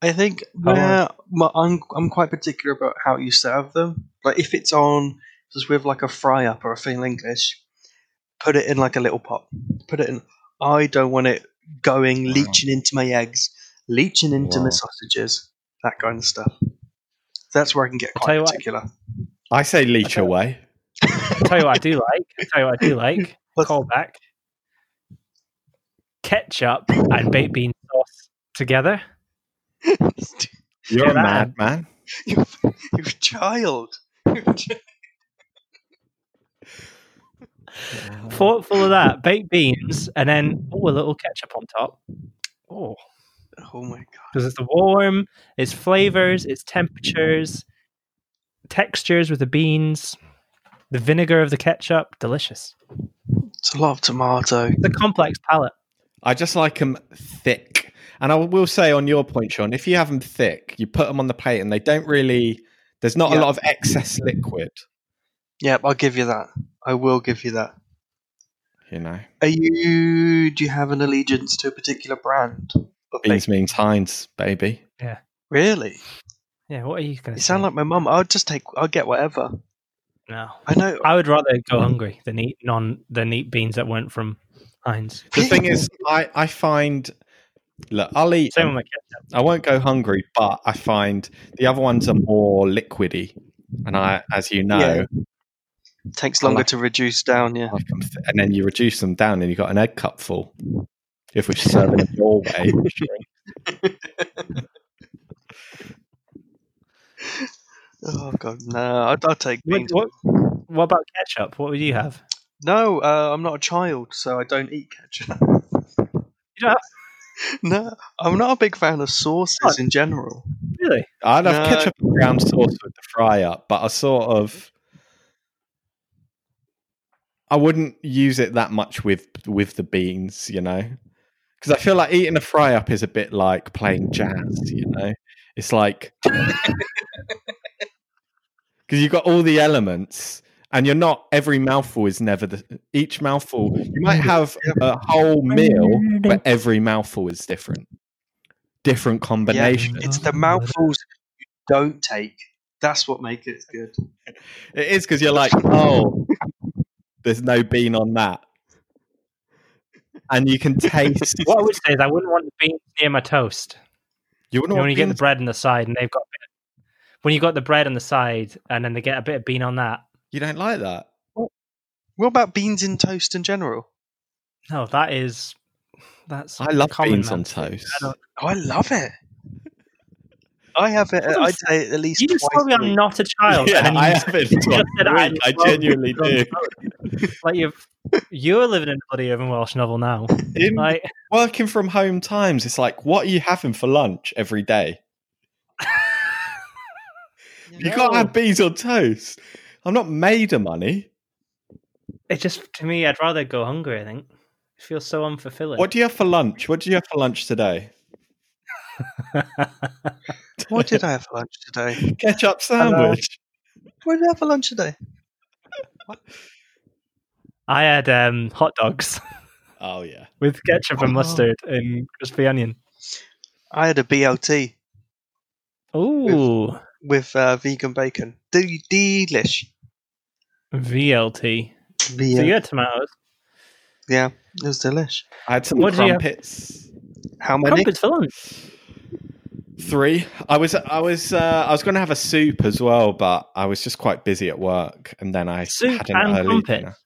Speaker 3: I think
Speaker 1: Oh.
Speaker 3: where my, I'm I'm quite particular about how you serve them. Like if it's on just with like a fry up or a full English, put it in like a little pot. Put it in. I don't want it going
Speaker 2: Wow.
Speaker 3: leaching into my eggs, leaching into my
Speaker 2: Wow.
Speaker 3: sausages, that kind of stuff. That's where I can get
Speaker 1: I'll tell
Speaker 3: quite
Speaker 1: you what.
Speaker 3: particular.
Speaker 2: I say leech
Speaker 1: Okay.
Speaker 2: away.
Speaker 1: I'll tell you what I
Speaker 3: <laughs>
Speaker 1: do like. I'll tell you what I do like.
Speaker 3: What's-
Speaker 1: Call back. Ketchup and baked bean sauce together.
Speaker 2: You're
Speaker 1: Yeah, that-
Speaker 2: a madman.
Speaker 3: you, <laughs> you're a child. <laughs>
Speaker 1: Full, full of that baked beans, and then oh, a little ketchup on top. Oh,
Speaker 3: oh my god.
Speaker 1: because it's the warm, it's flavors, it's temperatures, textures with the beans, the vinegar of the ketchup. Delicious.
Speaker 3: It's a lot of tomato.
Speaker 1: The complex palate.
Speaker 2: I just like them thick. And I will say on your point, Sean, if you have them thick, you put them on the plate and they don't really, there's not
Speaker 3: Yeah.
Speaker 2: a lot of excess liquid,
Speaker 3: Yep, I'll give you that. I will give you that.
Speaker 2: you know.
Speaker 3: Are you? Do you have an allegiance to a particular brand? of
Speaker 2: Beans
Speaker 3: baked-
Speaker 2: means Heinz, baby.
Speaker 3: Really?
Speaker 1: Yeah. What are you going
Speaker 3: You
Speaker 1: to
Speaker 3: sound like my mum. I'll just take. I'll get whatever.
Speaker 1: no.
Speaker 3: I know.
Speaker 1: I would rather go hungry than eat non than eat beans that weren't from Heinz.
Speaker 2: The thing is, I, I find, look, I'll eat,
Speaker 1: Same with my
Speaker 2: I won't go hungry, but I find the other ones are more liquidy. And I, as you know,
Speaker 3: Yeah. takes
Speaker 2: I
Speaker 3: longer
Speaker 2: like-
Speaker 3: to reduce down. Yeah.
Speaker 2: I like 'em th- and then you reduce them down and you've got an egg cup full. If we're serving it your way.
Speaker 3: Oh god, no. I'll, I'll take
Speaker 1: What,
Speaker 3: beans.
Speaker 1: what, what about ketchup? What would you have?
Speaker 3: No, uh, I'm not a child, so I don't eat ketchup.
Speaker 1: You don't
Speaker 3: <laughs> no, I'm not a big fan of sauces
Speaker 1: What?
Speaker 3: in general.
Speaker 1: Really?
Speaker 2: I'd have
Speaker 3: No.
Speaker 2: ketchup and brown sauce with the fry up, but I sort of I wouldn't use it that much with with the beans, you know, because I feel like eating a fry up is a bit like playing jazz, you know. It's like because you've got all the elements, and you're not every mouthful is never the each mouthful. You might have a whole meal, but every mouthful is different, different combinations.
Speaker 3: It's
Speaker 1: Oh,
Speaker 3: the mouthfuls you don't take. That's what makes it good.
Speaker 2: It is because you're like, oh, there's no bean on that, and you can taste.
Speaker 1: <laughs> What I would say is I wouldn't want the beans near my toast.
Speaker 2: you
Speaker 1: You
Speaker 2: wouldn't
Speaker 1: know, when
Speaker 2: want
Speaker 1: you get the
Speaker 2: beans-
Speaker 1: bread on the side and they've got a bit when you got the bread on the side and then they get a bit of bean on that.
Speaker 2: You don't like that.
Speaker 3: What about beans in toast in general?
Speaker 1: No, that is that's
Speaker 2: I love
Speaker 1: common
Speaker 2: beans
Speaker 1: man.
Speaker 2: on toast.
Speaker 1: I don't-
Speaker 3: Oh, I love it. I have it.
Speaker 1: What the
Speaker 3: I'd
Speaker 1: f-
Speaker 3: say at least
Speaker 1: You just
Speaker 3: twice.
Speaker 1: told me
Speaker 3: a
Speaker 1: I'm
Speaker 3: week.
Speaker 1: not a child.
Speaker 2: <laughs> Yeah,
Speaker 1: and then you
Speaker 2: I
Speaker 1: just-
Speaker 2: have it
Speaker 1: you <laughs> just
Speaker 2: twice
Speaker 1: said
Speaker 2: a
Speaker 1: I'm
Speaker 2: week. I
Speaker 1: from-
Speaker 2: genuinely
Speaker 1: from
Speaker 2: do.
Speaker 1: Scotland. <laughs> Like you've you're living in a bloody urban Welsh novel now.
Speaker 2: In
Speaker 1: Like <laughs>
Speaker 2: working from home times, it's like, what are you having for lunch every day? You can't
Speaker 1: No.
Speaker 2: have beans on toast. I'm not made of money.
Speaker 1: it just to me I'd rather go hungry, I think. It feels so unfulfilling.
Speaker 2: What do you have for lunch? What do you have for lunch today? <laughs>
Speaker 3: What did I have for lunch today?
Speaker 2: Ketchup sandwich.
Speaker 3: What did I have for lunch today?
Speaker 1: I had um, hot dogs <laughs>
Speaker 2: Oh yeah.
Speaker 1: with ketchup and
Speaker 3: Oh.
Speaker 1: mustard and crispy onion.
Speaker 3: I had a BLT
Speaker 1: Ooh,
Speaker 3: with uh, vegan bacon. De- delish.
Speaker 1: VLT.
Speaker 3: The,
Speaker 1: So
Speaker 3: uh,
Speaker 1: you had tomatoes.
Speaker 3: yeah, it was delish.
Speaker 2: I had some
Speaker 1: What do you have?
Speaker 2: crumpets.
Speaker 3: How many?
Speaker 1: Crumpets filling.
Speaker 2: Three. I was I was uh, I was going to have a soup as well, but I was just quite busy at work, and then I
Speaker 1: Soup
Speaker 2: had an
Speaker 1: and
Speaker 2: early
Speaker 1: crumpets?
Speaker 2: dinner.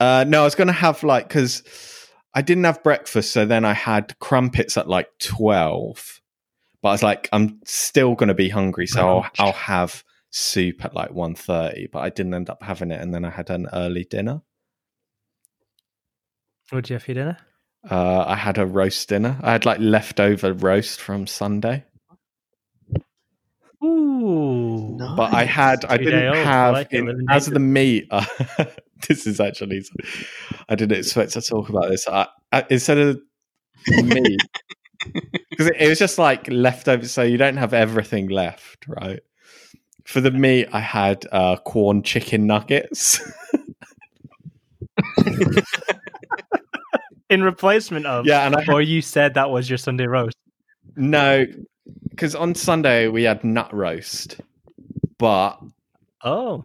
Speaker 2: Uh, no, I was going to have like because I didn't have breakfast, so then I had crumpets at like twelve. But I was like, I'm still going to be hungry, so I'll,
Speaker 1: Ouch.
Speaker 2: I'll have soup at like 1.30 but i didn't end up having it and then i had an early dinner
Speaker 1: What did you have for your dinner?
Speaker 2: uh i had a roast dinner i had like leftover roast from sunday
Speaker 1: Ooh.
Speaker 3: No.
Speaker 2: but I
Speaker 3: Nice.
Speaker 2: had I
Speaker 1: Two day
Speaker 2: didn't
Speaker 1: old,
Speaker 2: have
Speaker 1: like it,
Speaker 2: in-
Speaker 1: living
Speaker 2: as
Speaker 1: danger.
Speaker 2: the meat. Uh, <laughs> this is actually I didn't expect to talk about this. I, I, instead of meat, because it, it was just like leftover, so you don't have everything left, right? For the meat, I had uh, corn chicken nuggets.
Speaker 1: In replacement of.
Speaker 2: <laughs> yeah, and I
Speaker 1: Or you said that was your Sunday roast.
Speaker 2: no, because on Sunday we had nut roast, but
Speaker 1: Oh.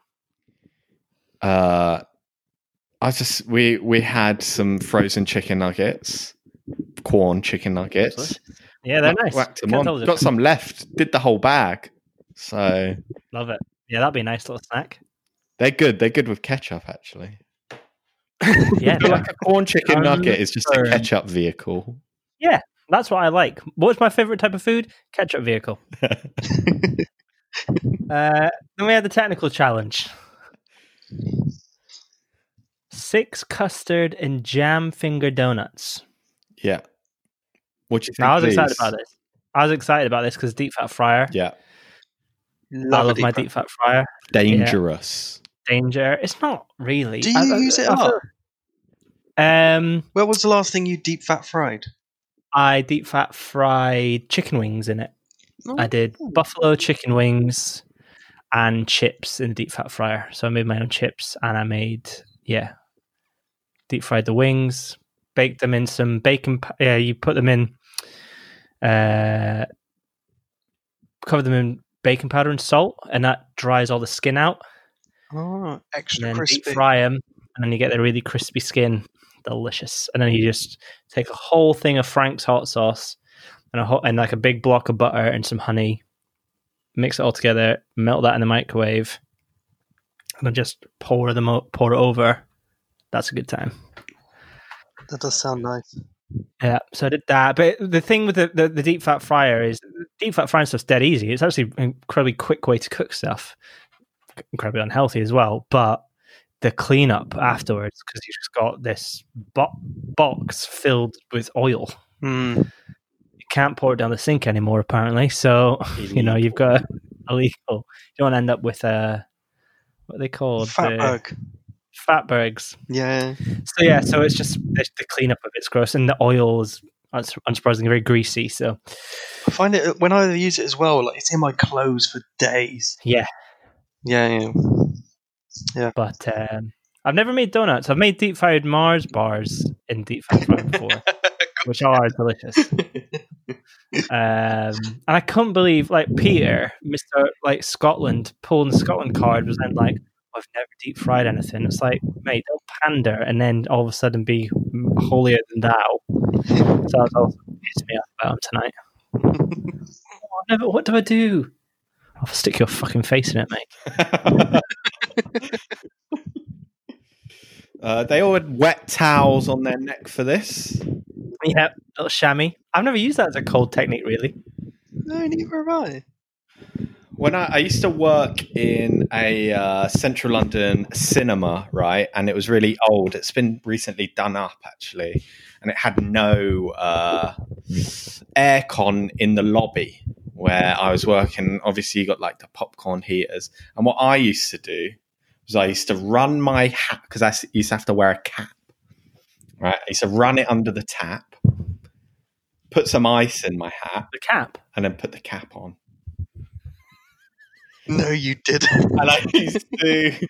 Speaker 2: uh I was just we we had some frozen chicken nuggets, corn chicken nuggets.
Speaker 1: Yeah, they're
Speaker 2: Whack-
Speaker 1: nice.
Speaker 2: whacked 'em
Speaker 1: Can't
Speaker 2: on.
Speaker 1: tell the
Speaker 2: Got
Speaker 1: difference.
Speaker 2: some left. Did the whole bag. So
Speaker 1: Love it. Yeah, that'd be a nice little
Speaker 2: <laughs>
Speaker 1: snack.
Speaker 2: they're good. They're good with ketchup actually.
Speaker 1: Yeah,
Speaker 2: I feel like a corn chicken
Speaker 1: Um,
Speaker 2: nugget is just a
Speaker 1: sorry.
Speaker 2: ketchup vehicle.
Speaker 1: that's what I like. What's my favorite type of food? Ketchup vehicle.
Speaker 2: <laughs>
Speaker 1: Uh, then we had the technical challenge. Six custard and jam finger donuts.
Speaker 2: Yeah. What do you think?
Speaker 1: Now, I was excited
Speaker 2: these-
Speaker 1: about this. I was excited about this because deep fat fryer.
Speaker 2: Yeah.
Speaker 1: I love my deep fat fryer.
Speaker 2: Dangerous.
Speaker 1: Danger. It's not really.
Speaker 3: Do you
Speaker 1: I- I-
Speaker 3: use it
Speaker 1: I feel- Um,
Speaker 3: Where was the last thing you deep fat fried?
Speaker 1: I deep fat fried chicken wings in it.
Speaker 3: Oh.
Speaker 1: I did buffalo chicken wings and chips in the deep fat fryer. So I made my own chips and I made yeah, deep fried the wings, baked them in some bacon. pa- Yeah, you put them in, uh, cover them in baking powder and salt, and that dries all the skin out.
Speaker 3: Oh,
Speaker 1: And
Speaker 3: extra
Speaker 1: then
Speaker 3: crispy.
Speaker 1: deep fry them, and then you get the really crispy skin. Delicious. And then you just take a whole thing of Frank's hot sauce and a hot, and like a big block of butter and some honey. Mix it all together, melt that in the microwave, and then just pour them o- pour it over. That's a good time.
Speaker 3: That does sound nice.
Speaker 1: Yeah, so I did that. But the thing with the, the, the deep fat fryer is deep fat frying stuff's dead easy. It's actually an incredibly quick way to cook stuff, incredibly unhealthy as well. But the cleanup afterwards, because you just got this bo- box filled with oil.
Speaker 3: Hmm.
Speaker 1: Mm. You can't pour it down the sink anymore, apparently. So, <laughs> you know, you've got illegal. You don't end up with a, what are they called?
Speaker 3: Fat
Speaker 1: The-
Speaker 3: bug.
Speaker 1: Fatbergs.
Speaker 3: Yeah.
Speaker 1: So yeah, so it's just the, the cleanup of it's gross, and the oil is uns- unsurprisingly very greasy. So
Speaker 3: I find it when I use it as well, like it's in my clothes for days.
Speaker 1: yeah,
Speaker 3: Yeah, <laughs> yeah.
Speaker 1: but um, I've never made donuts. I've made deep fried Mars bars in deep fried frying before, which are delicious. Um, and I couldn't believe like Peter, Mister like Scotland, pulling the Scotland card was then like. I've never deep fried anything. It's like, mate, don't pander and then all of a sudden be holier than thou. So that's also pissed me off about him tonight. I've never- what do I do? I'll stick your fucking face in it, mate.
Speaker 2: <laughs> uh, they all had wet towels on their neck for this.
Speaker 1: Yeah, little chamois. I've never used that as a cold technique, really.
Speaker 3: no, neither have I.
Speaker 2: when I, I used to work in a uh, central London cinema, right, and it was really old. It's been recently done up actually, and it had no uh, aircon in the lobby where I was working. Obviously, you got like the popcorn heaters, and what I used to do was I used to run my hat because I s- used to have to wear a cap, right? I used to run it under the tap, put some ice in my hat,
Speaker 1: The cap.
Speaker 2: and then put the cap on.
Speaker 3: No, you
Speaker 1: <laughs> Oh
Speaker 3: didn't.
Speaker 2: and I used to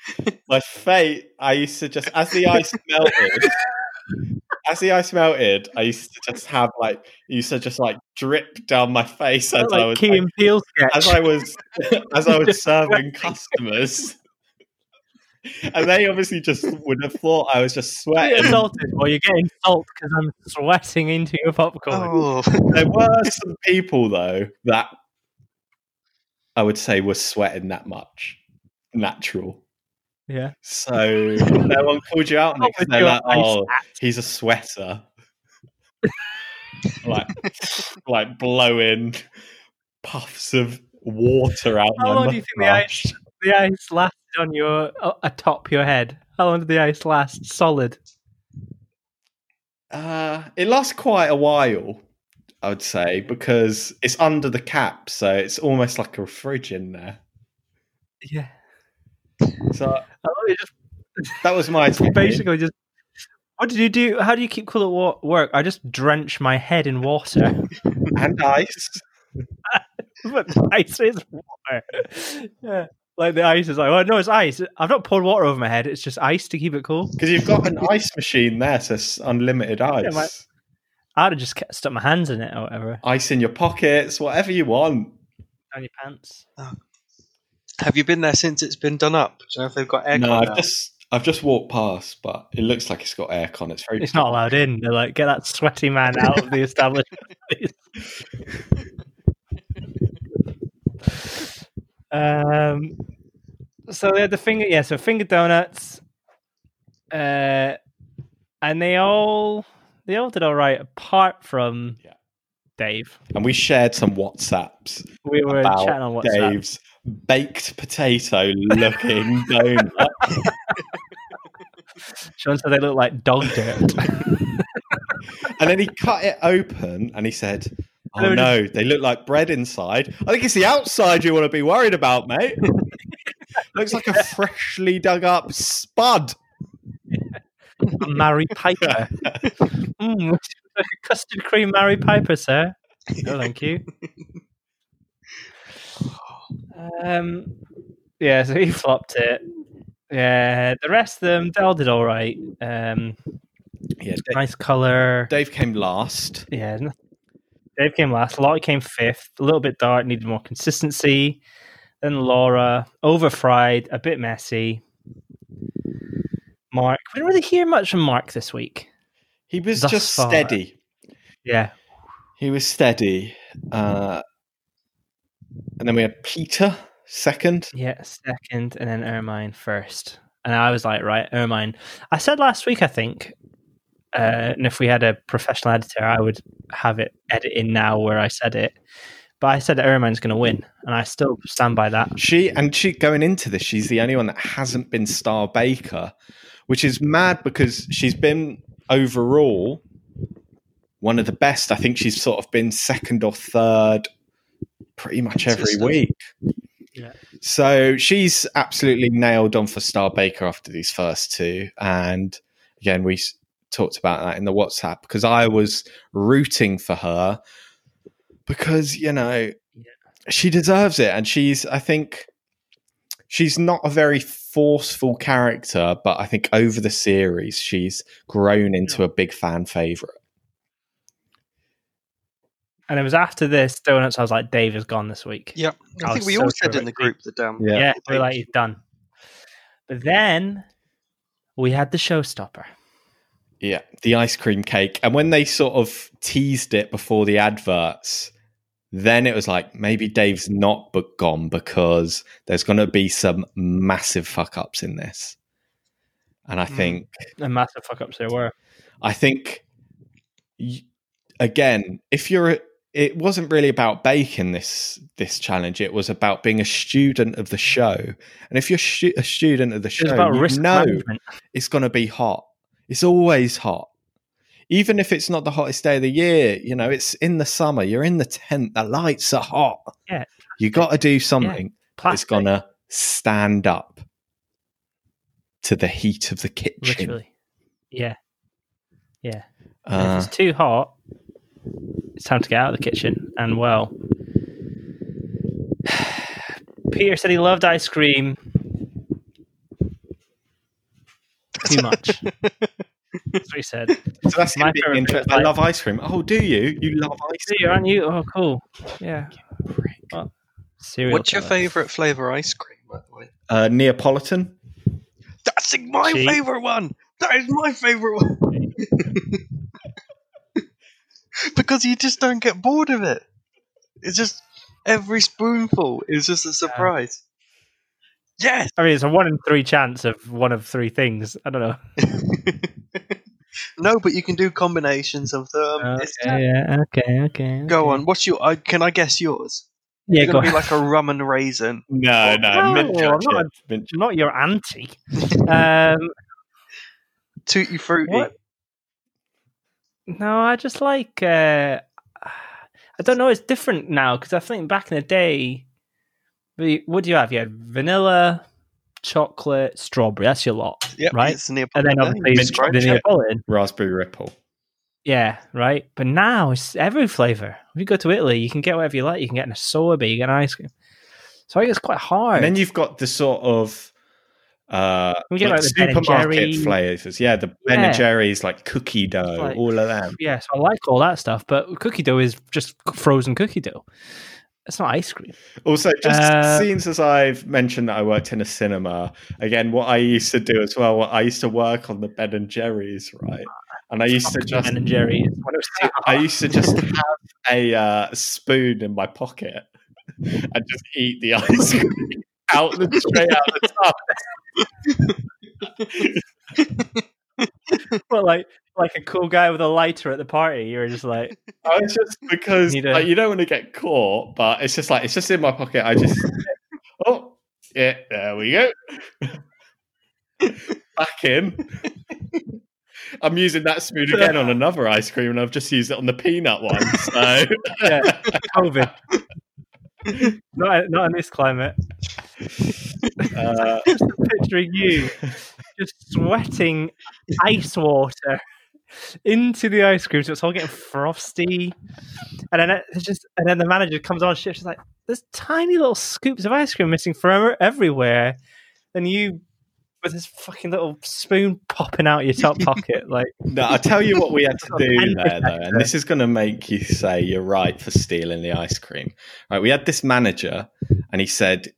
Speaker 2: my fate. I used to just as the ice melted, as the ice melted, I used to just have like it used to just like drip down my face as I
Speaker 1: like
Speaker 2: was
Speaker 1: Key
Speaker 2: like,
Speaker 1: and Peele sketch. <laughs>
Speaker 2: as I was as I was
Speaker 1: Just
Speaker 2: serving customers. and they obviously just would have thought I was just
Speaker 1: Get
Speaker 2: sweating.
Speaker 1: assaulted. Well, you're getting salt because I'm sweating into your popcorn.
Speaker 3: Oh,
Speaker 2: there were some people though that I would say were sweating that much, natural.
Speaker 1: Yeah.
Speaker 2: So no one called you out on it
Speaker 1: What
Speaker 2: 'cause
Speaker 1: was
Speaker 2: they're
Speaker 1: your
Speaker 2: like,
Speaker 1: ice
Speaker 2: "Oh,
Speaker 1: at?
Speaker 2: he's a sweater," <laughs> like like blowing puffs of water out.
Speaker 1: How
Speaker 2: my
Speaker 1: long do you think the ice-
Speaker 2: mustache.
Speaker 1: the ice lasted on your uh, atop your head? How long did the ice last? Solid.
Speaker 2: Uh, it lasts quite a while, I would say, because it's under the cap, so it's almost like a fridge in there.
Speaker 1: Yeah.
Speaker 2: So
Speaker 1: How long did it
Speaker 2: that was my
Speaker 1: just-
Speaker 2: opinion.
Speaker 1: basically just. What did you do? How do you keep cool at wa- work? I just drench my head in water. <laughs>
Speaker 2: and ice.
Speaker 1: but ice is water. Yeah. Like the ice is like, well, no, it's ice. I've not poured water over my head. It's just ice to keep it cool.
Speaker 2: Because you've got an ice machine there, so it's unlimited ice.
Speaker 1: Yeah, mate. I'd have just kept, stuck my hands in it or whatever.
Speaker 2: Ice in your pockets, whatever you want.
Speaker 1: Down your pants.
Speaker 3: have you been there since it's been done up? Do you know if they've got aircon?
Speaker 2: no, I've
Speaker 3: now?
Speaker 2: just I've just walked past, but it looks like it's got aircon. It's very
Speaker 1: It's not allowed in. They're like, get that sweaty man out of the
Speaker 2: <laughs>
Speaker 1: establishment. please." um, so they had the finger, yeah, so finger donuts, uh, and they all they all did all right, apart from
Speaker 2: Yeah.
Speaker 1: Dave.
Speaker 2: and we shared some WhatsApps
Speaker 1: We were
Speaker 2: about
Speaker 1: chatting on WhatsApp.
Speaker 2: Dave's baked potato
Speaker 1: <laughs>
Speaker 2: looking donut.
Speaker 1: Sean said they look like dog dirt.
Speaker 2: And then he cut it open and he said,
Speaker 1: They
Speaker 2: Oh
Speaker 1: were
Speaker 2: no, they look like bread inside. I think it's the outside you want to be worried about,
Speaker 3: <laughs>
Speaker 2: mate. looks like a freshly dug up spud.
Speaker 1: Mary Piper. mm, like a <laughs> custard cream Mary Piper, sir. No, thank you. Um, yeah, so he flopped it. Yeah, the rest of them, they all did all right. Um,
Speaker 2: Yeah, Da-
Speaker 1: nice color.
Speaker 2: Dave came last.
Speaker 1: Yeah. no- Dave came last. Lottie came fifth. A little bit dark, needed more consistency. Then Laura, overfried, a bit messy. Mark, we didn't really hear much from Mark this week.
Speaker 2: He was
Speaker 1: Thus
Speaker 2: just
Speaker 1: far.
Speaker 2: steady.
Speaker 1: Yeah.
Speaker 2: He was steady. Uh, and then we had Peter second.
Speaker 1: Yeah, second, and then Ermine first. And I was like, right, Ermine. I said last week, I think, uh, and if we had a professional editor, I would have it edit in now where I said it. But I said that Ermine's going to win, and I still stand by that.
Speaker 2: She and she going into this, she's the only one that hasn't been Star Baker, which is mad because she's been overall one of the best. I think she's sort of been second or third pretty much every
Speaker 3: Consistent.
Speaker 2: week.
Speaker 1: Yeah.
Speaker 2: So she's absolutely nailed on for Star Baker after these first two. And again, we s- talked about that in the WhatsApp because I was rooting for her because, you know, she deserves it. And she's, I think, she's not a very forceful character, but I think over the series, she's grown into a big fan favorite.
Speaker 1: And it was after this donuts, I was like, Dave is gone this week.
Speaker 3: Yeah, I
Speaker 1: Oh,
Speaker 3: think we
Speaker 1: so
Speaker 3: all said
Speaker 1: correct.
Speaker 3: in the group um, the damn.
Speaker 1: Yeah,
Speaker 2: Yeah.
Speaker 1: we were like, he's done. But then we had the showstopper.
Speaker 2: Yeah, the ice cream cake. And when they sort of teased it before the adverts, then it was like maybe Dave's not but gone because there's going to be some massive fuck ups in this. And I
Speaker 3: Hmm.
Speaker 2: think,
Speaker 1: A massive fuck ups there were.
Speaker 2: I think, y- again, if you're, a, it wasn't really about baking this this challenge. It was about being a student of the show. And if you're stu- a student of the
Speaker 1: It was
Speaker 2: show,
Speaker 1: about
Speaker 2: you
Speaker 1: risk
Speaker 2: know
Speaker 1: management.
Speaker 2: it's going to be hot. It's always hot. Even if it's not the hottest day of the year, you know, it's in the summer, you're in the tent, the lights are hot.
Speaker 1: Yeah.
Speaker 2: You got to do something that's
Speaker 1: Plastic,
Speaker 2: going to stand up to the heat of the kitchen.
Speaker 1: literally. Yeah. And
Speaker 2: Uh,
Speaker 1: if it's too hot, it's time to get out of the kitchen. And well, <sighs> Peter said he loved ice cream <laughs> too much. That's what he said.
Speaker 2: so that's him
Speaker 1: my
Speaker 2: being
Speaker 1: favourite
Speaker 2: inter-
Speaker 1: bit of
Speaker 2: I
Speaker 1: ice-
Speaker 2: love ice cream. Oh, do you? You love ice
Speaker 1: See, aren't you? Oh, cool. Yeah.
Speaker 2: cream.
Speaker 1: Serial
Speaker 3: What's your
Speaker 1: killer.
Speaker 3: favourite flavour ice cream, by the way?
Speaker 2: Uh, Neapolitan.
Speaker 3: That's my
Speaker 1: Cheap.
Speaker 3: favorite one. That is my favorite one. <laughs> because you just don't get bored of it. It's just every spoonful is just a surprise. Yes. <laughs>
Speaker 1: I mean, it's a one in three chance of one of three things. I don't know.
Speaker 3: <laughs> No, but you can do combinations of them. It's-
Speaker 1: yeah, okay, okay.
Speaker 3: Go on. What's your? I, can I guess yours?
Speaker 1: Yeah,
Speaker 3: it's
Speaker 1: go
Speaker 3: gonna
Speaker 1: on.
Speaker 3: be like a rum and raisin.
Speaker 2: No,
Speaker 1: no,
Speaker 2: Oh, no, mint
Speaker 1: I'm
Speaker 2: chocolate.
Speaker 1: not-
Speaker 2: Mint chocolate.
Speaker 1: Not your
Speaker 3: <laughs>
Speaker 1: auntie. um,
Speaker 3: Tutti fruity.
Speaker 1: What? No, I just like. Uh, I don't know. It's different now because I think back in the day, we- what do you have? You had vanilla, chocolate, strawberry. That's your lot,
Speaker 3: Yep,
Speaker 1: right?
Speaker 3: It's Neapolitan.
Speaker 1: And then obviously
Speaker 2: mint
Speaker 1: the
Speaker 3: chocolate.
Speaker 1: Neapolitan.
Speaker 2: Raspberry ripple.
Speaker 1: Yeah, right. But now it's every flavor. If you go to Italy, you can get whatever you like. You can get an sorbet, you get an ice cream. So I think it's quite hard.
Speaker 2: And then you've got the sort of uh,
Speaker 1: We get, like, the Ben and
Speaker 2: supermarket
Speaker 1: Jerry's.
Speaker 2: flavors. Yeah, the Ben
Speaker 1: Yeah.
Speaker 2: and Jerry's, like cookie dough,
Speaker 1: Like-
Speaker 2: all of them.
Speaker 1: yeah, so I like all that stuff, but cookie dough is just frozen cookie dough. It's not ice cream.
Speaker 2: Also, just
Speaker 1: Uh,
Speaker 2: since as I've mentioned that I worked in a cinema, again, what I used to do as well, I used to work on the Ben and Jerry's, right? And I used to
Speaker 1: Fuck
Speaker 2: just,
Speaker 1: Ben and Jerry. It's one of those <laughs> two-
Speaker 2: I used to just have a uh, spoon in my pocket and just eat the ice cream out the straight out the top.
Speaker 1: Well, like like a cool guy with a lighter at the party. You're just like,
Speaker 2: I was just because
Speaker 1: Need a-
Speaker 2: like, you don't want to get caught, but it's just like it's just in my pocket. I just oh yeah, there we go. <laughs> Back in. I'm using that spoon again on another ice cream, and I've just used it on the peanut one. So
Speaker 1: yeah, COVID. not not in this climate.
Speaker 2: <laughs> uh,
Speaker 1: Picturing you just sweating ice water into the ice cream, so it's all getting frosty. And then it's just, and then the manager comes on shift. She's like, "There's tiny little scoops of ice cream missing from e-, everywhere," and you. With this fucking little spoon popping out your top pocket, like
Speaker 2: no, I'll tell you what we had to do there, though, and this is going to make you say you're right for stealing the ice cream. Right, we had this manager, and he said,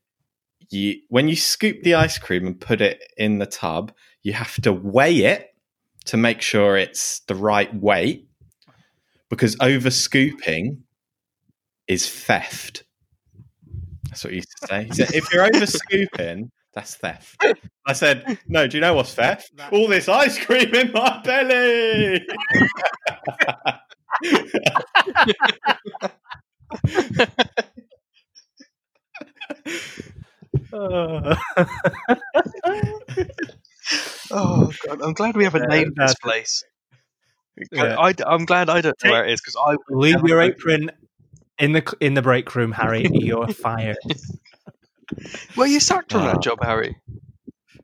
Speaker 2: "You when you scoop the ice cream and put it in the tub, you have to weigh it to make sure it's the right weight, because over scooping is theft." That's what he used to say. He said, "If you're over scooping, that's theft." I said, "No, do you know what's theft? All this ice cream in my belly."
Speaker 1: oh.
Speaker 3: Oh god, I'm glad we haven't
Speaker 1: Yeah,
Speaker 3: named this
Speaker 1: that's-
Speaker 3: place.
Speaker 1: Yeah.
Speaker 3: I, am glad I don't know where it is because I
Speaker 1: Leave
Speaker 3: Have a
Speaker 1: your
Speaker 3: break.
Speaker 1: apron in the in the break room, Harry. <laughs> You're fired.
Speaker 3: Well, you sucked on
Speaker 2: Ah.
Speaker 3: that job, Harry. <laughs>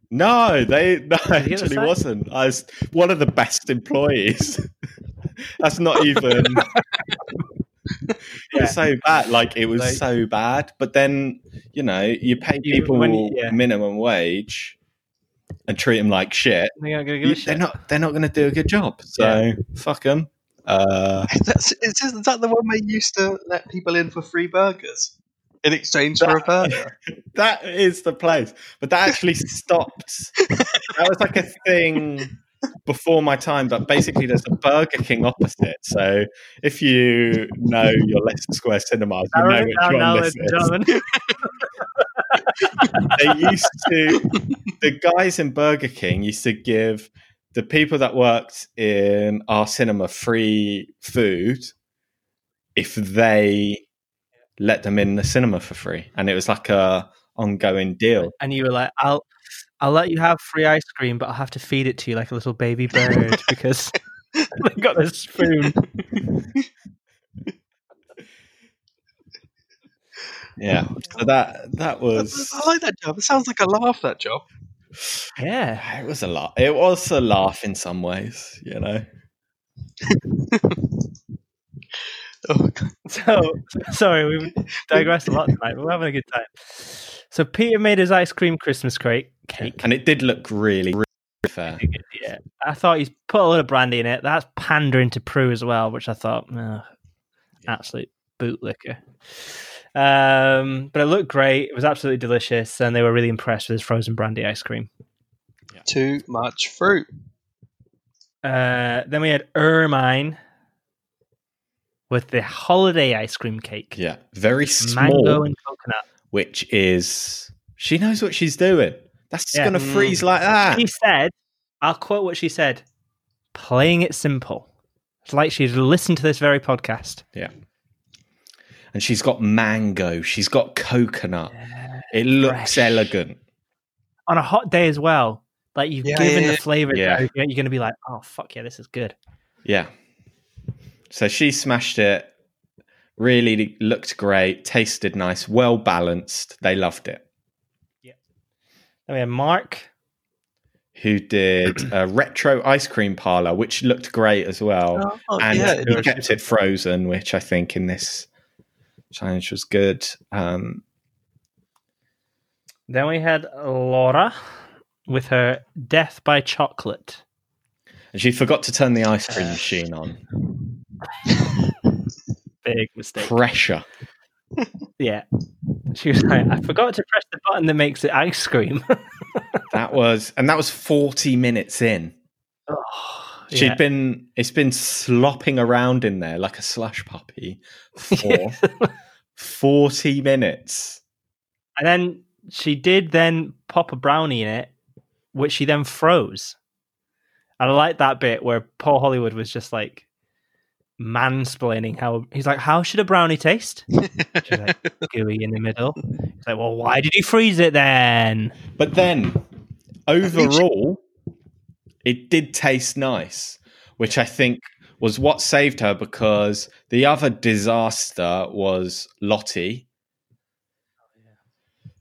Speaker 2: No, they no,
Speaker 1: you get the
Speaker 2: actually
Speaker 1: sack?
Speaker 2: wasn't. I was one of the best employees. <laughs> That's
Speaker 1: <laughs>
Speaker 2: not even. It was so bad. Like it was
Speaker 1: Like-
Speaker 2: so bad. But then you know you pay
Speaker 1: You-
Speaker 2: people
Speaker 1: when you- yeah.
Speaker 2: minimum wage and treat them like shit.
Speaker 1: They're not gonna give
Speaker 2: You,
Speaker 1: a
Speaker 2: they're
Speaker 1: shit.
Speaker 2: not. They're not going to do a good job. So fuck them. Uh,
Speaker 3: That's is, this- is that the one where you used to let people in for free burgers in exchange for a burger? <laughs>
Speaker 2: that is the place. But that actually stopped. that was like a thing before my time. But basically, there's a Burger King opposite. So if you know your Leicester Square cinemas, you know
Speaker 1: Narrow it
Speaker 2: which
Speaker 1: down
Speaker 2: one
Speaker 1: now,
Speaker 2: this
Speaker 1: ladies and gentlemen.
Speaker 2: is. They used to, the guys in Burger King used to give the people that worked in our cinema free food if they let them in the cinema for free. And it was like a ongoing deal.
Speaker 1: <laughs> And you were like, "I'll, I'll let you have free ice cream, but I'll have to feed it to you like a little baby bird because <laughs> they got this spoon."
Speaker 2: Yeah.
Speaker 1: Oh,
Speaker 2: So that that was
Speaker 3: I like that job. It sounds like a laugh. That job.
Speaker 1: <laughs> Yeah,
Speaker 2: it was a lot. It was a laugh in some ways, you know.
Speaker 3: Oh, God.
Speaker 1: So <laughs> sorry, we digressed a lot tonight, but we're having a good time. So Peter made his ice cream Christmas crate cake.
Speaker 2: And it did look really, really fair.
Speaker 1: Yeah, I thought he's put a lot of brandy in it. That's pandering to Prue as well, which I thought, ugh, absolute bootlicker. Um, but it looked great. It was absolutely delicious, and they were really impressed with his frozen brandy ice cream.
Speaker 3: Too much fruit.
Speaker 1: Uh, then we had Ermine with the holiday ice cream cake.
Speaker 2: Yeah. Very small,
Speaker 1: Mango and coconut.
Speaker 2: which is she knows what she's doing. That's
Speaker 1: Yeah.
Speaker 2: gonna
Speaker 3: Mm.
Speaker 2: freeze like that.
Speaker 1: She said, I'll quote what she said playing it simple. It's like she's listened to this very podcast.
Speaker 2: And she's got mango. She's got coconut. It looks
Speaker 1: fresh.
Speaker 2: elegant.
Speaker 1: On a hot day as well, like you've
Speaker 3: Yeah,
Speaker 1: given
Speaker 3: yeah, yeah.
Speaker 1: the flavor,
Speaker 2: Yeah.
Speaker 1: you're going to be like, oh, fuck yeah, this is good.
Speaker 2: Yeah. So she smashed it. Really looked great. Tasted nice. Well balanced. They loved it.
Speaker 1: Then we had Mark.
Speaker 2: Who did a retro ice cream parlor, which looked great as well.
Speaker 3: Oh,
Speaker 2: and
Speaker 3: yeah,
Speaker 2: he
Speaker 3: it does.
Speaker 2: kept it frozen, which I think in this challenge was good. Um,
Speaker 1: Then we had Laura with her Death by Chocolate.
Speaker 2: and she forgot to turn the ice cream machine on.
Speaker 3: <laughs>
Speaker 1: Big mistake.
Speaker 2: Pressure.
Speaker 1: Yeah. She was like, I forgot to press the button that makes it ice cream. <laughs>
Speaker 2: That was, and that was forty minutes in.
Speaker 1: Oh,
Speaker 2: She'd
Speaker 1: yeah.
Speaker 2: been, it's been slopping around in there like a slush
Speaker 3: <laughs>
Speaker 2: puppy for forty minutes.
Speaker 1: And then she did then pop a brownie in it, which she then froze. And I like that bit where Paul Hollywood was just like mansplaining how he's like, How should a brownie taste? She's like, gooey in the middle. He's like, Well, why did you freeze it then?
Speaker 2: But then, overall, it did taste nice, which I think was what saved her because the other disaster was Lottie,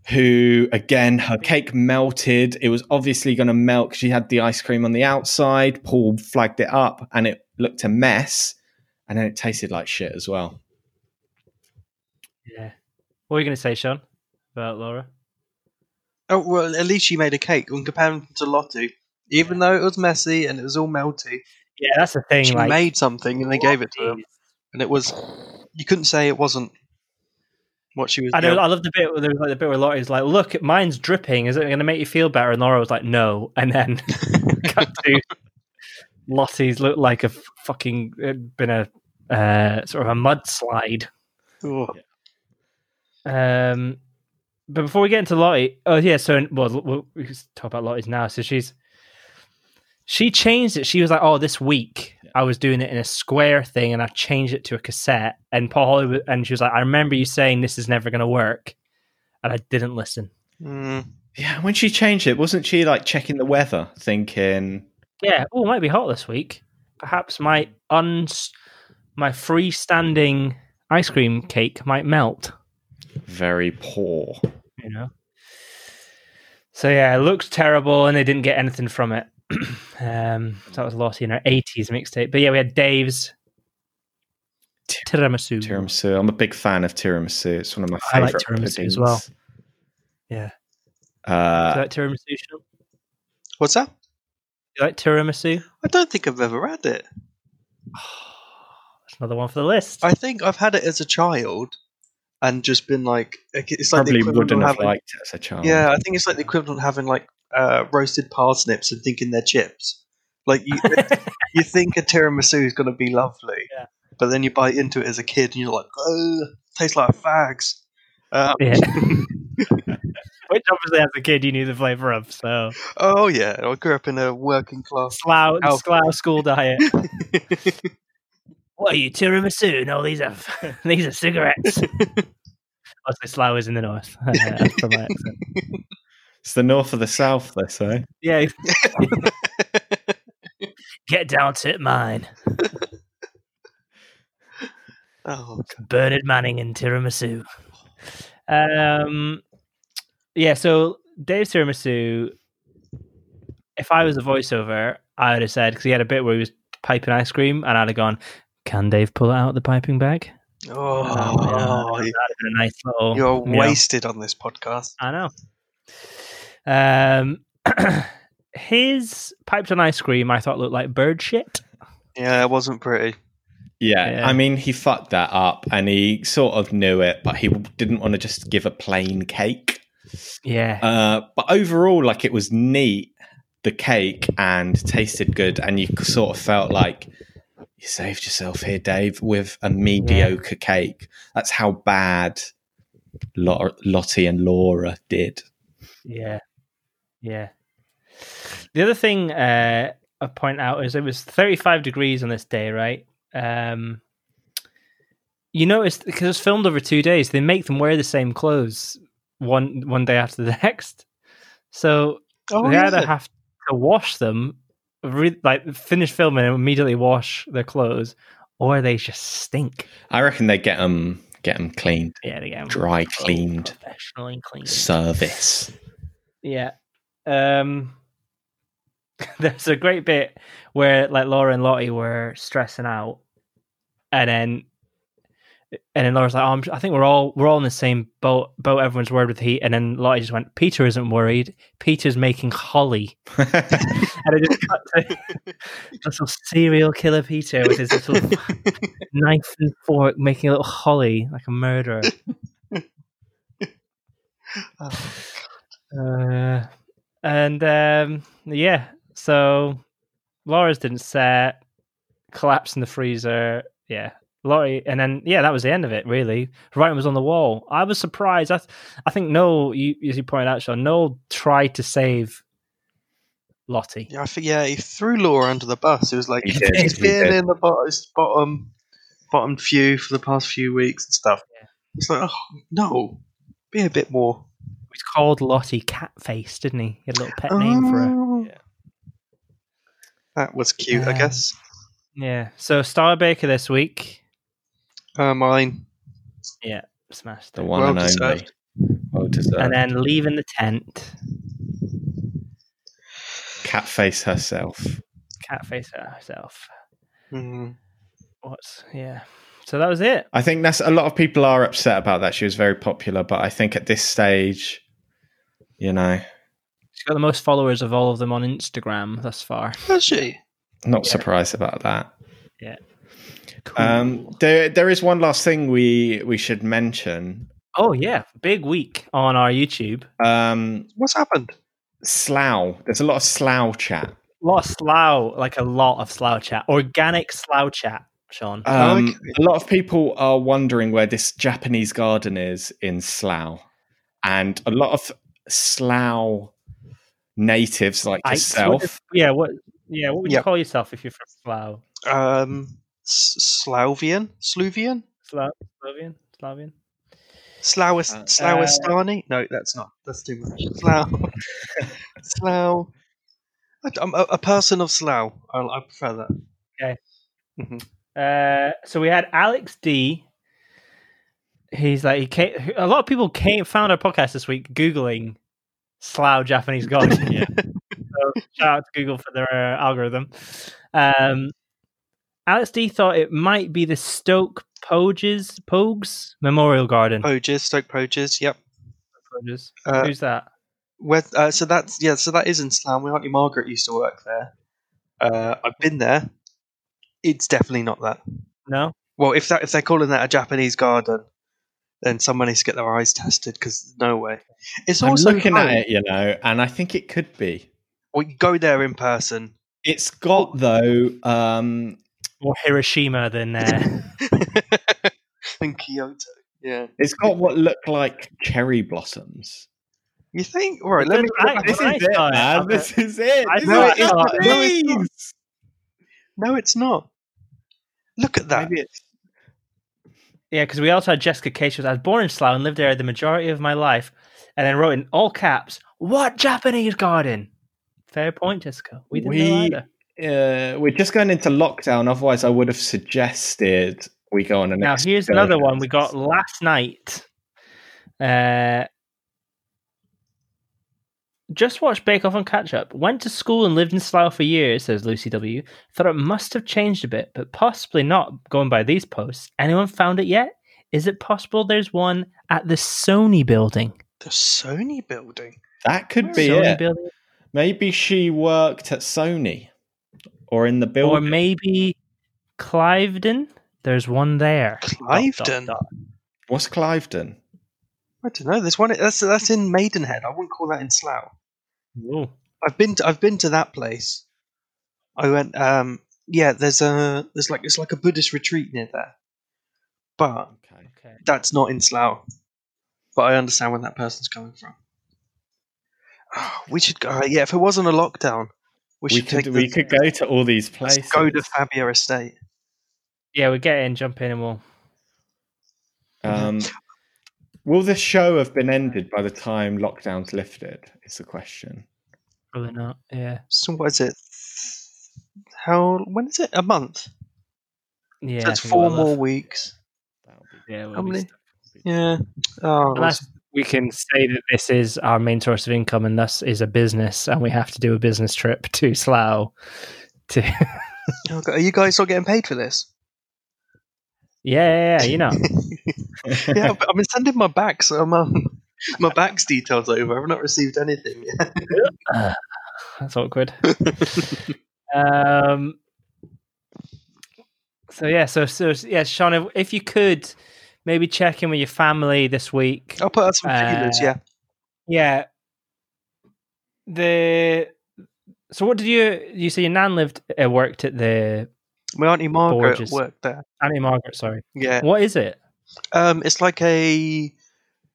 Speaker 2: who, again, her cake melted. It was obviously going to melt. 'cause She had the ice cream on the outside. Paul flagged it up and it looked a mess. And then it tasted like shit as well.
Speaker 1: Yeah. What were you gonna say, Sean? About Laura?
Speaker 3: Oh well, at least she made a cake. When compared to Lottie, even though it was messy and it was all melty,
Speaker 1: Yeah, that's the thing.
Speaker 3: she
Speaker 1: like
Speaker 3: made something and they gave it to them, and it was you couldn't say it wasn't what she was.
Speaker 1: I know.
Speaker 3: doing.
Speaker 1: I love the bit where there was like the bit where Laura's like, "Look, mine's dripping. Is it going to make you feel better?" And Laura was like, "No." And then cut to Lottie's looked like a f- fucking it'd been a uh, sort of a mudslide.
Speaker 3: Oh,
Speaker 1: Um, but before we get into Lottie, oh yeah, so well, we'll we can talk about Lottie's now. So she's she changed it. She was like, "Oh, this week I was doing it in a square thing, and I've changed it to a cassette." And Paul Hollywood, and she was like, "I remember you saying this is never going to work." And I didn't listen.
Speaker 3: mm,
Speaker 2: Yeah, when she changed it, wasn't she like checking the weather, thinking,
Speaker 1: Yeah. Oh, it might be hot this week. Perhaps my uns my freestanding ice cream cake might melt.
Speaker 2: very poor?
Speaker 1: You know. So yeah, it looked terrible, and they didn't get anything from it. <clears throat> um, so that was Lottie in her '80s mixtape. But yeah, we had Dave's tiramisu.
Speaker 2: Tiramisu. I'm a big fan of tiramisu. It's one of my
Speaker 1: I like
Speaker 2: favorite
Speaker 1: tiramisu
Speaker 2: puddings.
Speaker 1: as well. Yeah. Do you
Speaker 2: Uh,
Speaker 1: like tiramisu? Sean? Do
Speaker 3: what's that?
Speaker 1: you like tiramisu?
Speaker 3: I don't think I've ever had it.
Speaker 1: That's another one for the list.
Speaker 3: I think I've had it as a child, and just been like, it's like the
Speaker 2: probably
Speaker 3: equivalent
Speaker 2: wouldn't
Speaker 3: of
Speaker 2: have
Speaker 3: having,
Speaker 2: liked it as a child.
Speaker 3: Yeah, I think it's like the equivalent of having like uh, roasted parsnips and thinking they're chips. Like
Speaker 1: <laughs>
Speaker 3: you, you think a tiramisu is going to be lovely,
Speaker 1: Yeah.
Speaker 3: but then you bite into it as a kid and you're like, oh, tastes like fags. Uh,
Speaker 1: Yeah. <laughs> Which obviously, as a kid, you knew the flavor of. So
Speaker 3: oh yeah, I grew up in a working class.
Speaker 1: Slough,
Speaker 3: Alf.
Speaker 1: Slough school diet. what are you tiramisu? No, these are <laughs> these are cigarettes. Also, Slough is in the north. <laughs> as per my accent.
Speaker 2: It's the north of the south, they say.
Speaker 1: yeah. Get down to it, mine.
Speaker 3: <laughs> Oh, God.
Speaker 1: Bernard Manning and tiramisu. Um, yeah. So Dave tiramisu. If I was a voiceover, I would have said because he had a bit where he was piping ice cream, and I'd have gone, "Can Dave pull out the piping bag?"
Speaker 3: oh,
Speaker 1: yeah. That'd have been a nice little.
Speaker 3: you're
Speaker 1: you know.
Speaker 3: wasted on this podcast.
Speaker 1: I know. Um, <clears throat> his piped on ice cream, I thought looked like bird shit.
Speaker 3: Yeah, it wasn't pretty.
Speaker 2: Yeah,
Speaker 1: Yeah.
Speaker 2: I mean, he fucked that up, and he sort of knew it, but he didn't want to just give a plain cake.
Speaker 1: Yeah,
Speaker 2: Uh, but overall, like it was neat the cake and tasted good, and you sort of felt like you saved yourself here, Dave, with a mediocre cake. That's how bad Lot- Lottie and Laura did.
Speaker 1: Yeah. Yeah. The other thing uh, I point out is it was 35 degrees on this day, right? Um, you notice because it's filmed over two days, they make them wear the same clothes one one day after the <laughs> next. So
Speaker 3: Oh,
Speaker 1: they either
Speaker 3: yeah.
Speaker 1: have to wash them, re- like finish filming and immediately wash their clothes, or they just stink.
Speaker 2: I reckon they get them get them cleaned,
Speaker 1: Yeah, they get 'em
Speaker 2: dry cleaned,
Speaker 1: professionally cleaned.
Speaker 2: service. <laughs>
Speaker 1: Yeah. Um <laughs> there's a great bit where like Laura and Lottie were stressing out and then and then Laura's like, oh, I'm, I think we're all we're all in the same boat. Boat. Everyone's worried with heat. And then Lottie just went, Peter isn't worried. Peter's making holly. And it just cut to little serial killer Peter with his little knife and fork making a little holly like a murderer.
Speaker 3: Oh.
Speaker 1: Uh, and um, yeah, so Laura's didn't set, collapse in the freezer. Yeah, Laurie, and then yeah, that was the end of it. Really, writing was on the wall. I was surprised. I, I think Noel, you, as you pointed out, Sean, Noel tried to save Lottie.
Speaker 3: Yeah, I think, yeah, he threw Laura under the bus. It was like
Speaker 2: He
Speaker 3: he's
Speaker 2: did, he
Speaker 3: been
Speaker 2: did.
Speaker 3: in the bottom, bottom, bottom few for the past few weeks and stuff.
Speaker 1: Yeah.
Speaker 3: It's like, oh no, be a bit more.
Speaker 1: He called Lottie Catface, didn't he? He had a little pet name for her.
Speaker 3: Oh.
Speaker 2: Yeah.
Speaker 3: That was cute, I
Speaker 1: Um,
Speaker 3: guess.
Speaker 1: Yeah. So Star Baker this week
Speaker 3: Uh, mine.
Speaker 1: smashed
Speaker 2: The
Speaker 1: it.
Speaker 2: one
Speaker 3: Well
Speaker 2: and only.
Speaker 3: deserved.
Speaker 2: Well deserved.
Speaker 1: and then leaving the tent.
Speaker 2: Catface herself.
Speaker 1: Catface herself.
Speaker 3: Mm.
Speaker 1: What's yeah. So that was it.
Speaker 2: I think that's a lot of people are upset about that. She was very popular, but I think at this stage, you know,
Speaker 1: She's got the most followers of all of them on Instagram thus far.
Speaker 3: Was she?
Speaker 2: not surprised about that.
Speaker 1: Cool.
Speaker 2: Um, there, there is one last thing we we should mention.
Speaker 1: oh yeah, big week on our YouTube.
Speaker 2: Um,
Speaker 3: What's happened?
Speaker 2: Slough. There's a lot of Slough chat.
Speaker 1: lot of slough, like a lot of slough chat, organic slough chat. Sean,
Speaker 2: Um,
Speaker 3: Okay.
Speaker 2: A lot of people are wondering where this Japanese garden is in Slough, and a lot of Slough natives like
Speaker 1: Ikes, what
Speaker 2: yourself.
Speaker 1: is- yeah, what? Yeah, what would you
Speaker 3: Yep.
Speaker 1: call yourself if you're from Slough?
Speaker 3: Um, S- Slavian, Sluvian,
Speaker 1: Slough, Slovian, Slavian.
Speaker 3: Slowest,
Speaker 2: Uh,
Speaker 3: Slowestani? no, that's not. That's too much. Slough, Slough. I- I'm a, a person of Slough. I, I prefer that.
Speaker 1: Uh, so we had Alex D. He's like he came, a lot of people came found our podcast this week googling Slough Japanese garden.
Speaker 2: Yeah.
Speaker 1: so shout out to Google for their uh, algorithm. Um, Alex D thought it might be the Stoke Poges Pogues Memorial Garden.
Speaker 3: Poges, Stoke Poges. Yep.
Speaker 1: Poges.
Speaker 3: Oh, Uh,
Speaker 1: Who's that?
Speaker 3: with, uh, so that's yeah. So that is in Slough. My auntie Margaret used to work there. Uh, I've been there. It's definitely not that.
Speaker 1: No.
Speaker 3: Well, if that if they're calling that a Japanese garden, then someone needs to get their eyes tested because no way. It's
Speaker 2: I'm
Speaker 3: also
Speaker 2: looking
Speaker 3: home.
Speaker 2: at it, you know, and I think it could be.
Speaker 3: Well, you go there in person.
Speaker 2: It's got though. Um,
Speaker 1: More Hiroshima than uh,
Speaker 3: <laughs> and Kyoto. Yeah.
Speaker 2: it's got what look like cherry blossoms.
Speaker 3: You think? All right. Let me.
Speaker 1: Right,
Speaker 2: This is
Speaker 1: right,
Speaker 2: it,
Speaker 1: guys.
Speaker 2: <laughs> man. This is it.
Speaker 1: I
Speaker 2: This
Speaker 3: know
Speaker 2: is
Speaker 3: it's
Speaker 2: what
Speaker 3: not- no, it's
Speaker 2: it
Speaker 3: not.
Speaker 2: is.
Speaker 3: No, it's not. Look at that.
Speaker 2: Maybe it's-
Speaker 1: yeah, because we also had Jessica Cage. She was, I was born in Slough and lived there the majority of my life, and then wrote in all caps, "What Japanese garden?" Fair point, Jessica. We didn't know
Speaker 2: We-
Speaker 1: either.
Speaker 2: uh, we're just going into lockdown. Otherwise, I would have suggested we go on a
Speaker 1: Now
Speaker 2: next.
Speaker 1: here's
Speaker 2: journey.
Speaker 1: another one we got last night. Uh, just watched Bake Off and Catch Up. Went to school and lived in Slough for years, says Lucy W. Thought it must have changed a bit, but possibly not. Going by these posts, anyone found it yet? Is it possible there's one at the Sony building?
Speaker 3: The Sony building.
Speaker 2: That could be
Speaker 1: Sony
Speaker 2: it.
Speaker 1: building,
Speaker 2: Maybe she worked at Sony or in the
Speaker 1: or
Speaker 2: building.
Speaker 1: maybe Cliveden. There's one there. Dot, dot,
Speaker 3: Cliveden.
Speaker 1: dot.
Speaker 2: What's Cliveden?
Speaker 3: I don't know. There's one. That's that's in Maidenhead. I wouldn't call that in Slough.
Speaker 1: Ooh.
Speaker 3: I've been to, I've been to that place. I went. Um, yeah, there's a there's like it's like a Buddhist retreat near there, but
Speaker 2: Okay.
Speaker 1: Okay.
Speaker 3: that's not in Slough. But I understand where that person's coming from. Ah, we should go. Yeah, if it wasn't a lockdown, we,
Speaker 2: We
Speaker 3: should
Speaker 2: could
Speaker 3: take
Speaker 2: we
Speaker 3: the,
Speaker 2: could go to all these
Speaker 3: let's
Speaker 2: places.
Speaker 3: go to Fabia Estate.
Speaker 1: Yeah, we get in, jump in, and we'll.
Speaker 2: Um, will the show have been ended by the time lockdown's lifted? Is the question.
Speaker 1: Probably not. Yeah.
Speaker 3: So what is it? How when is it? A month?
Speaker 1: Yeah.
Speaker 3: That's
Speaker 1: I think
Speaker 3: four
Speaker 1: we'll
Speaker 3: more
Speaker 1: have-
Speaker 3: weeks.
Speaker 2: That'll be
Speaker 1: Yeah. We'll
Speaker 3: How
Speaker 1: be
Speaker 3: many-
Speaker 1: stuck.
Speaker 3: Yeah. Oh,
Speaker 1: Unless we can say that this is our main source of income and thus is a business, and we have to do a business trip <laughs> to Slough. To
Speaker 3: oh God, are you guys not getting paid
Speaker 2: <laughs>
Speaker 3: for this?
Speaker 1: yeah, yeah, yeah,
Speaker 3: <laughs>
Speaker 1: you know.
Speaker 3: yeah, but I've been sending my back, so I'm, um, my back's details over. I've not received anything yet. <laughs>
Speaker 1: That's awkward. um, so yeah, so so yeah, Sean, if, if you could maybe check in with your family this week.
Speaker 3: I'll put out some
Speaker 1: Uh,
Speaker 3: feelers. Yeah,
Speaker 1: Yeah. The so what did you you say your nan lived uh, worked at the
Speaker 3: my auntie Margaret
Speaker 1: gorgeous.
Speaker 3: worked there.
Speaker 1: Auntie Margaret? Sorry,
Speaker 3: Yeah,
Speaker 1: what is it?
Speaker 3: um, it's like a,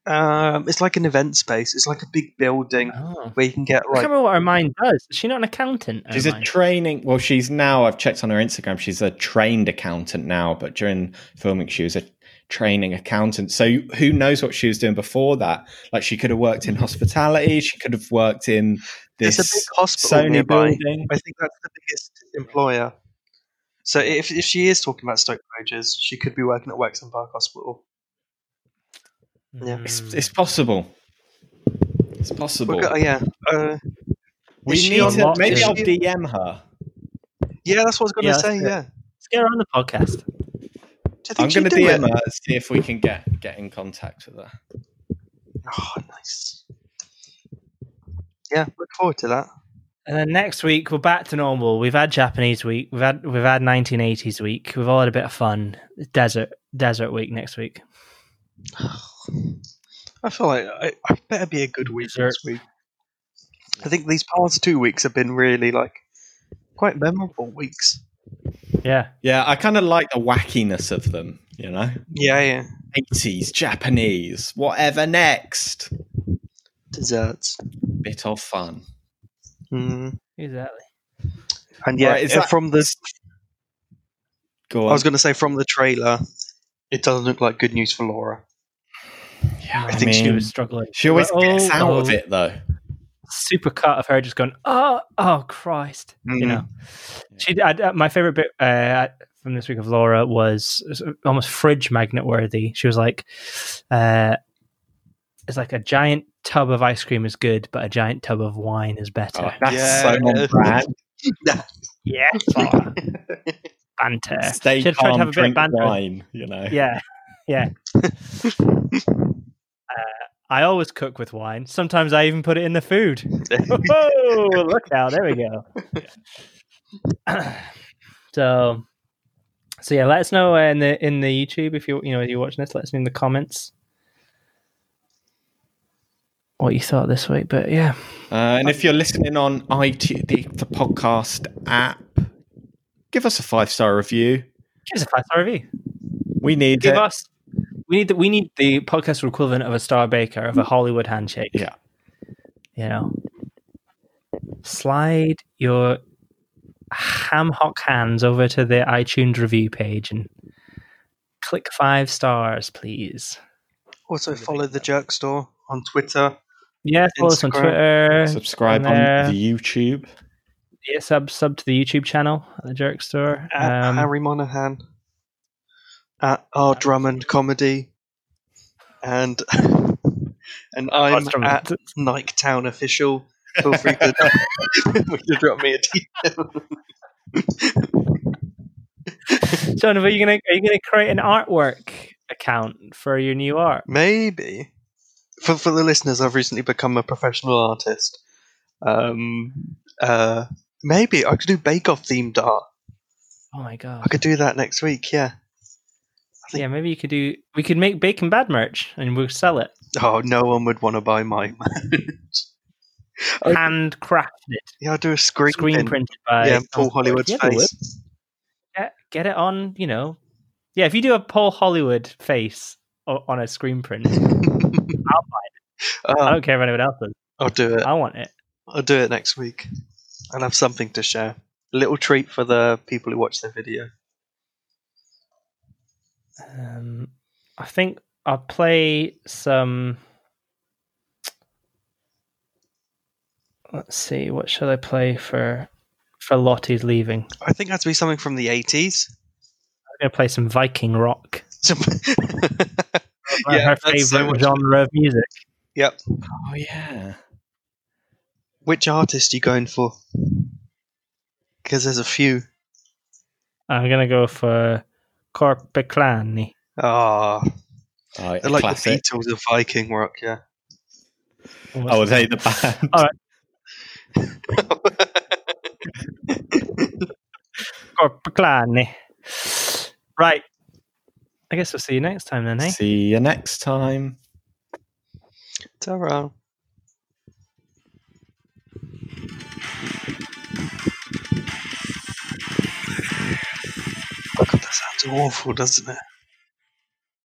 Speaker 3: um, it's like an event space. It's like a big building
Speaker 1: Oh.
Speaker 3: where you can
Speaker 1: I
Speaker 3: get
Speaker 1: can't
Speaker 3: like.
Speaker 1: remember what her mind does. Is she not an accountant? her
Speaker 2: <laughs> She's
Speaker 3: Oh,
Speaker 2: a
Speaker 1: mind?
Speaker 2: training. Well, she's now. I've checked on her Instagram. She's a trained accountant now, but during filming, she was a training accountant. So who knows what she was doing before that? Like she could have worked in hospitality. She could have worked in
Speaker 3: There's
Speaker 2: this
Speaker 3: a big hospital
Speaker 2: Sony
Speaker 3: nearby.
Speaker 2: building.
Speaker 3: I think that's the biggest employer. So if if she is talking about Stoke Rogers, she could be working at Wexham Park Hospital. Yeah.
Speaker 2: It's,
Speaker 1: Mm.
Speaker 2: it's possible. It's possible.
Speaker 3: We've got- yeah, uh,
Speaker 2: we
Speaker 3: is she
Speaker 2: need
Speaker 1: on
Speaker 2: to.
Speaker 1: lockdown?
Speaker 2: Maybe I'll
Speaker 3: Is she-
Speaker 2: DM her.
Speaker 3: yeah. That's what I was going
Speaker 1: Yeah,
Speaker 3: to
Speaker 1: that's
Speaker 3: say.
Speaker 1: it.
Speaker 3: Yeah,
Speaker 1: Let's get her on the podcast.
Speaker 3: do you think
Speaker 2: I'm
Speaker 3: she'd
Speaker 2: going to
Speaker 3: do
Speaker 2: DM
Speaker 3: it?
Speaker 2: her. See if we can get get in contact with her.
Speaker 3: Oh, nice. Yeah, look forward to that.
Speaker 1: And then next week we're back to normal. We've had Japanese week. We've had we've had 1980s week. We've all had a bit of fun. Desert desert week next week.
Speaker 3: I feel like I, I better be a good week
Speaker 1: Sure.
Speaker 3: this week. I think these past two weeks have been really like quite memorable weeks.
Speaker 1: Yeah.
Speaker 2: Yeah, I kind of like the wackiness of them. You know,
Speaker 3: Yeah, yeah.
Speaker 2: 80s Japanese, whatever next.
Speaker 3: Desserts.
Speaker 2: bit of fun.
Speaker 3: Mm.
Speaker 1: Exactly.
Speaker 3: And yeah,
Speaker 2: Right, is
Speaker 3: uh,
Speaker 2: that-
Speaker 3: from the
Speaker 2: Go
Speaker 3: I
Speaker 2: on.
Speaker 3: was going to say from the trailer, it doesn't look like good news for Laura.
Speaker 2: yeah,
Speaker 1: I, think Oh, she was struggling.
Speaker 2: She always
Speaker 1: We're
Speaker 2: gets
Speaker 1: all-
Speaker 2: out of
Speaker 1: all
Speaker 2: it though.
Speaker 1: Super cut of her just going, oh, oh Christ. You
Speaker 3: Mhm.
Speaker 1: know, she. I, I- my favorite bit uh, from this week of Laura was almost fridge magnet worthy. She was like, uh, "It's like a giant tub of ice cream is good, but a giant tub of wine is better."
Speaker 2: Oh, that's
Speaker 3: Yeah.
Speaker 2: so on brand.
Speaker 1: Yeah, Laura. banter.
Speaker 2: Stay
Speaker 1: She had tried to
Speaker 2: calm,
Speaker 1: have a bit of
Speaker 2: drink
Speaker 1: banter.
Speaker 2: wine. You know.
Speaker 1: <laughs> Yeah, yeah. uh, I always cook with wine. Sometimes I even put it in the <laughs> food. Whoa, look out. There we go. <clears throat> so so yeah, let us know uh, in the in the YouTube if you you know you're watching this, let us know in the comments. What you thought this week, but yeah.
Speaker 2: Uh, and if you're listening on IT the, the podcast app, give us a five star review.
Speaker 1: Give us a five star review.
Speaker 2: We need
Speaker 1: Give
Speaker 2: it.
Speaker 1: us we need the we need the podcast equivalent of a star baker of a Hollywood handshake.
Speaker 2: Yeah.
Speaker 1: You know. Slide your ham hock hands over to the iTunes review page and click five stars, please.
Speaker 3: Also follow the Jerk Store on Twitter.
Speaker 1: Yeah, follow us on
Speaker 3: Instagram.
Speaker 1: Twitter.
Speaker 2: Subscribe on
Speaker 1: there.
Speaker 2: the YouTube.
Speaker 1: Yeah, sub sub to the YouTube channel at the Jerk Store.
Speaker 3: At
Speaker 1: Um,
Speaker 3: Harry Monahan. At R Drummond Comedy. And <laughs> and I'm
Speaker 1: Ostrom.
Speaker 3: at
Speaker 1: <laughs>
Speaker 3: Nike Town Official. Feel free to, <laughs> feel free to drop me a DM.
Speaker 1: John, are you gonna are you gonna create an artwork account for your new art?
Speaker 3: Maybe. For, for the listeners, I've recently become a professional artist. Um, uh, maybe I could do Bake Off themed art.
Speaker 1: Oh my god.
Speaker 3: I could do that next week, yeah.
Speaker 1: Yeah, maybe you could do. We could make bacon bad merch and we'll sell it.
Speaker 3: Oh, no one would want to buy my I-
Speaker 1: handcrafted,
Speaker 3: <laughs> Yeah, I'll do a screen,
Speaker 1: screen
Speaker 3: print.
Speaker 1: printed by
Speaker 3: yeah, Paul Hollywood's
Speaker 1: Yeah, they would.
Speaker 3: <laughs> face.
Speaker 1: Get, get it on, you know. Yeah, if you do a Paul Hollywood face o- on a screen
Speaker 3: <laughs>
Speaker 1: print, I
Speaker 3: Oh,
Speaker 1: don't care if anyone else does.
Speaker 3: I'll do it.
Speaker 1: I want it.
Speaker 3: I'll do it next week. I'll have something to share. A little treat for the people who watch the video.
Speaker 1: Um, I think I'll play some. Let's see, what should I play for for Lottie's leaving? I'm
Speaker 3: I think it has to be something from the 80s.
Speaker 1: gonna play some Viking rock.
Speaker 3: Some-
Speaker 1: One of
Speaker 3: <laughs> Yeah,
Speaker 1: her
Speaker 3: that's so
Speaker 1: favorite
Speaker 3: much-
Speaker 1: genre of music.
Speaker 3: <laughs> yep.
Speaker 2: Oh yeah.
Speaker 3: Which artist are you going for? Because there's a few.
Speaker 1: I'm gonna go for e Corpiclani.
Speaker 3: Ah,
Speaker 2: Oh,
Speaker 3: they're like
Speaker 2: classic.
Speaker 3: the Beatles of Viking rock, yeah. <laughs>
Speaker 2: Oh, are they the band?
Speaker 1: Oh. Corpiclani. e Right. I guess we'll see you next time then, eh?
Speaker 2: See you next time.
Speaker 3: Ta-ra. God, that sounds awful, doesn't it?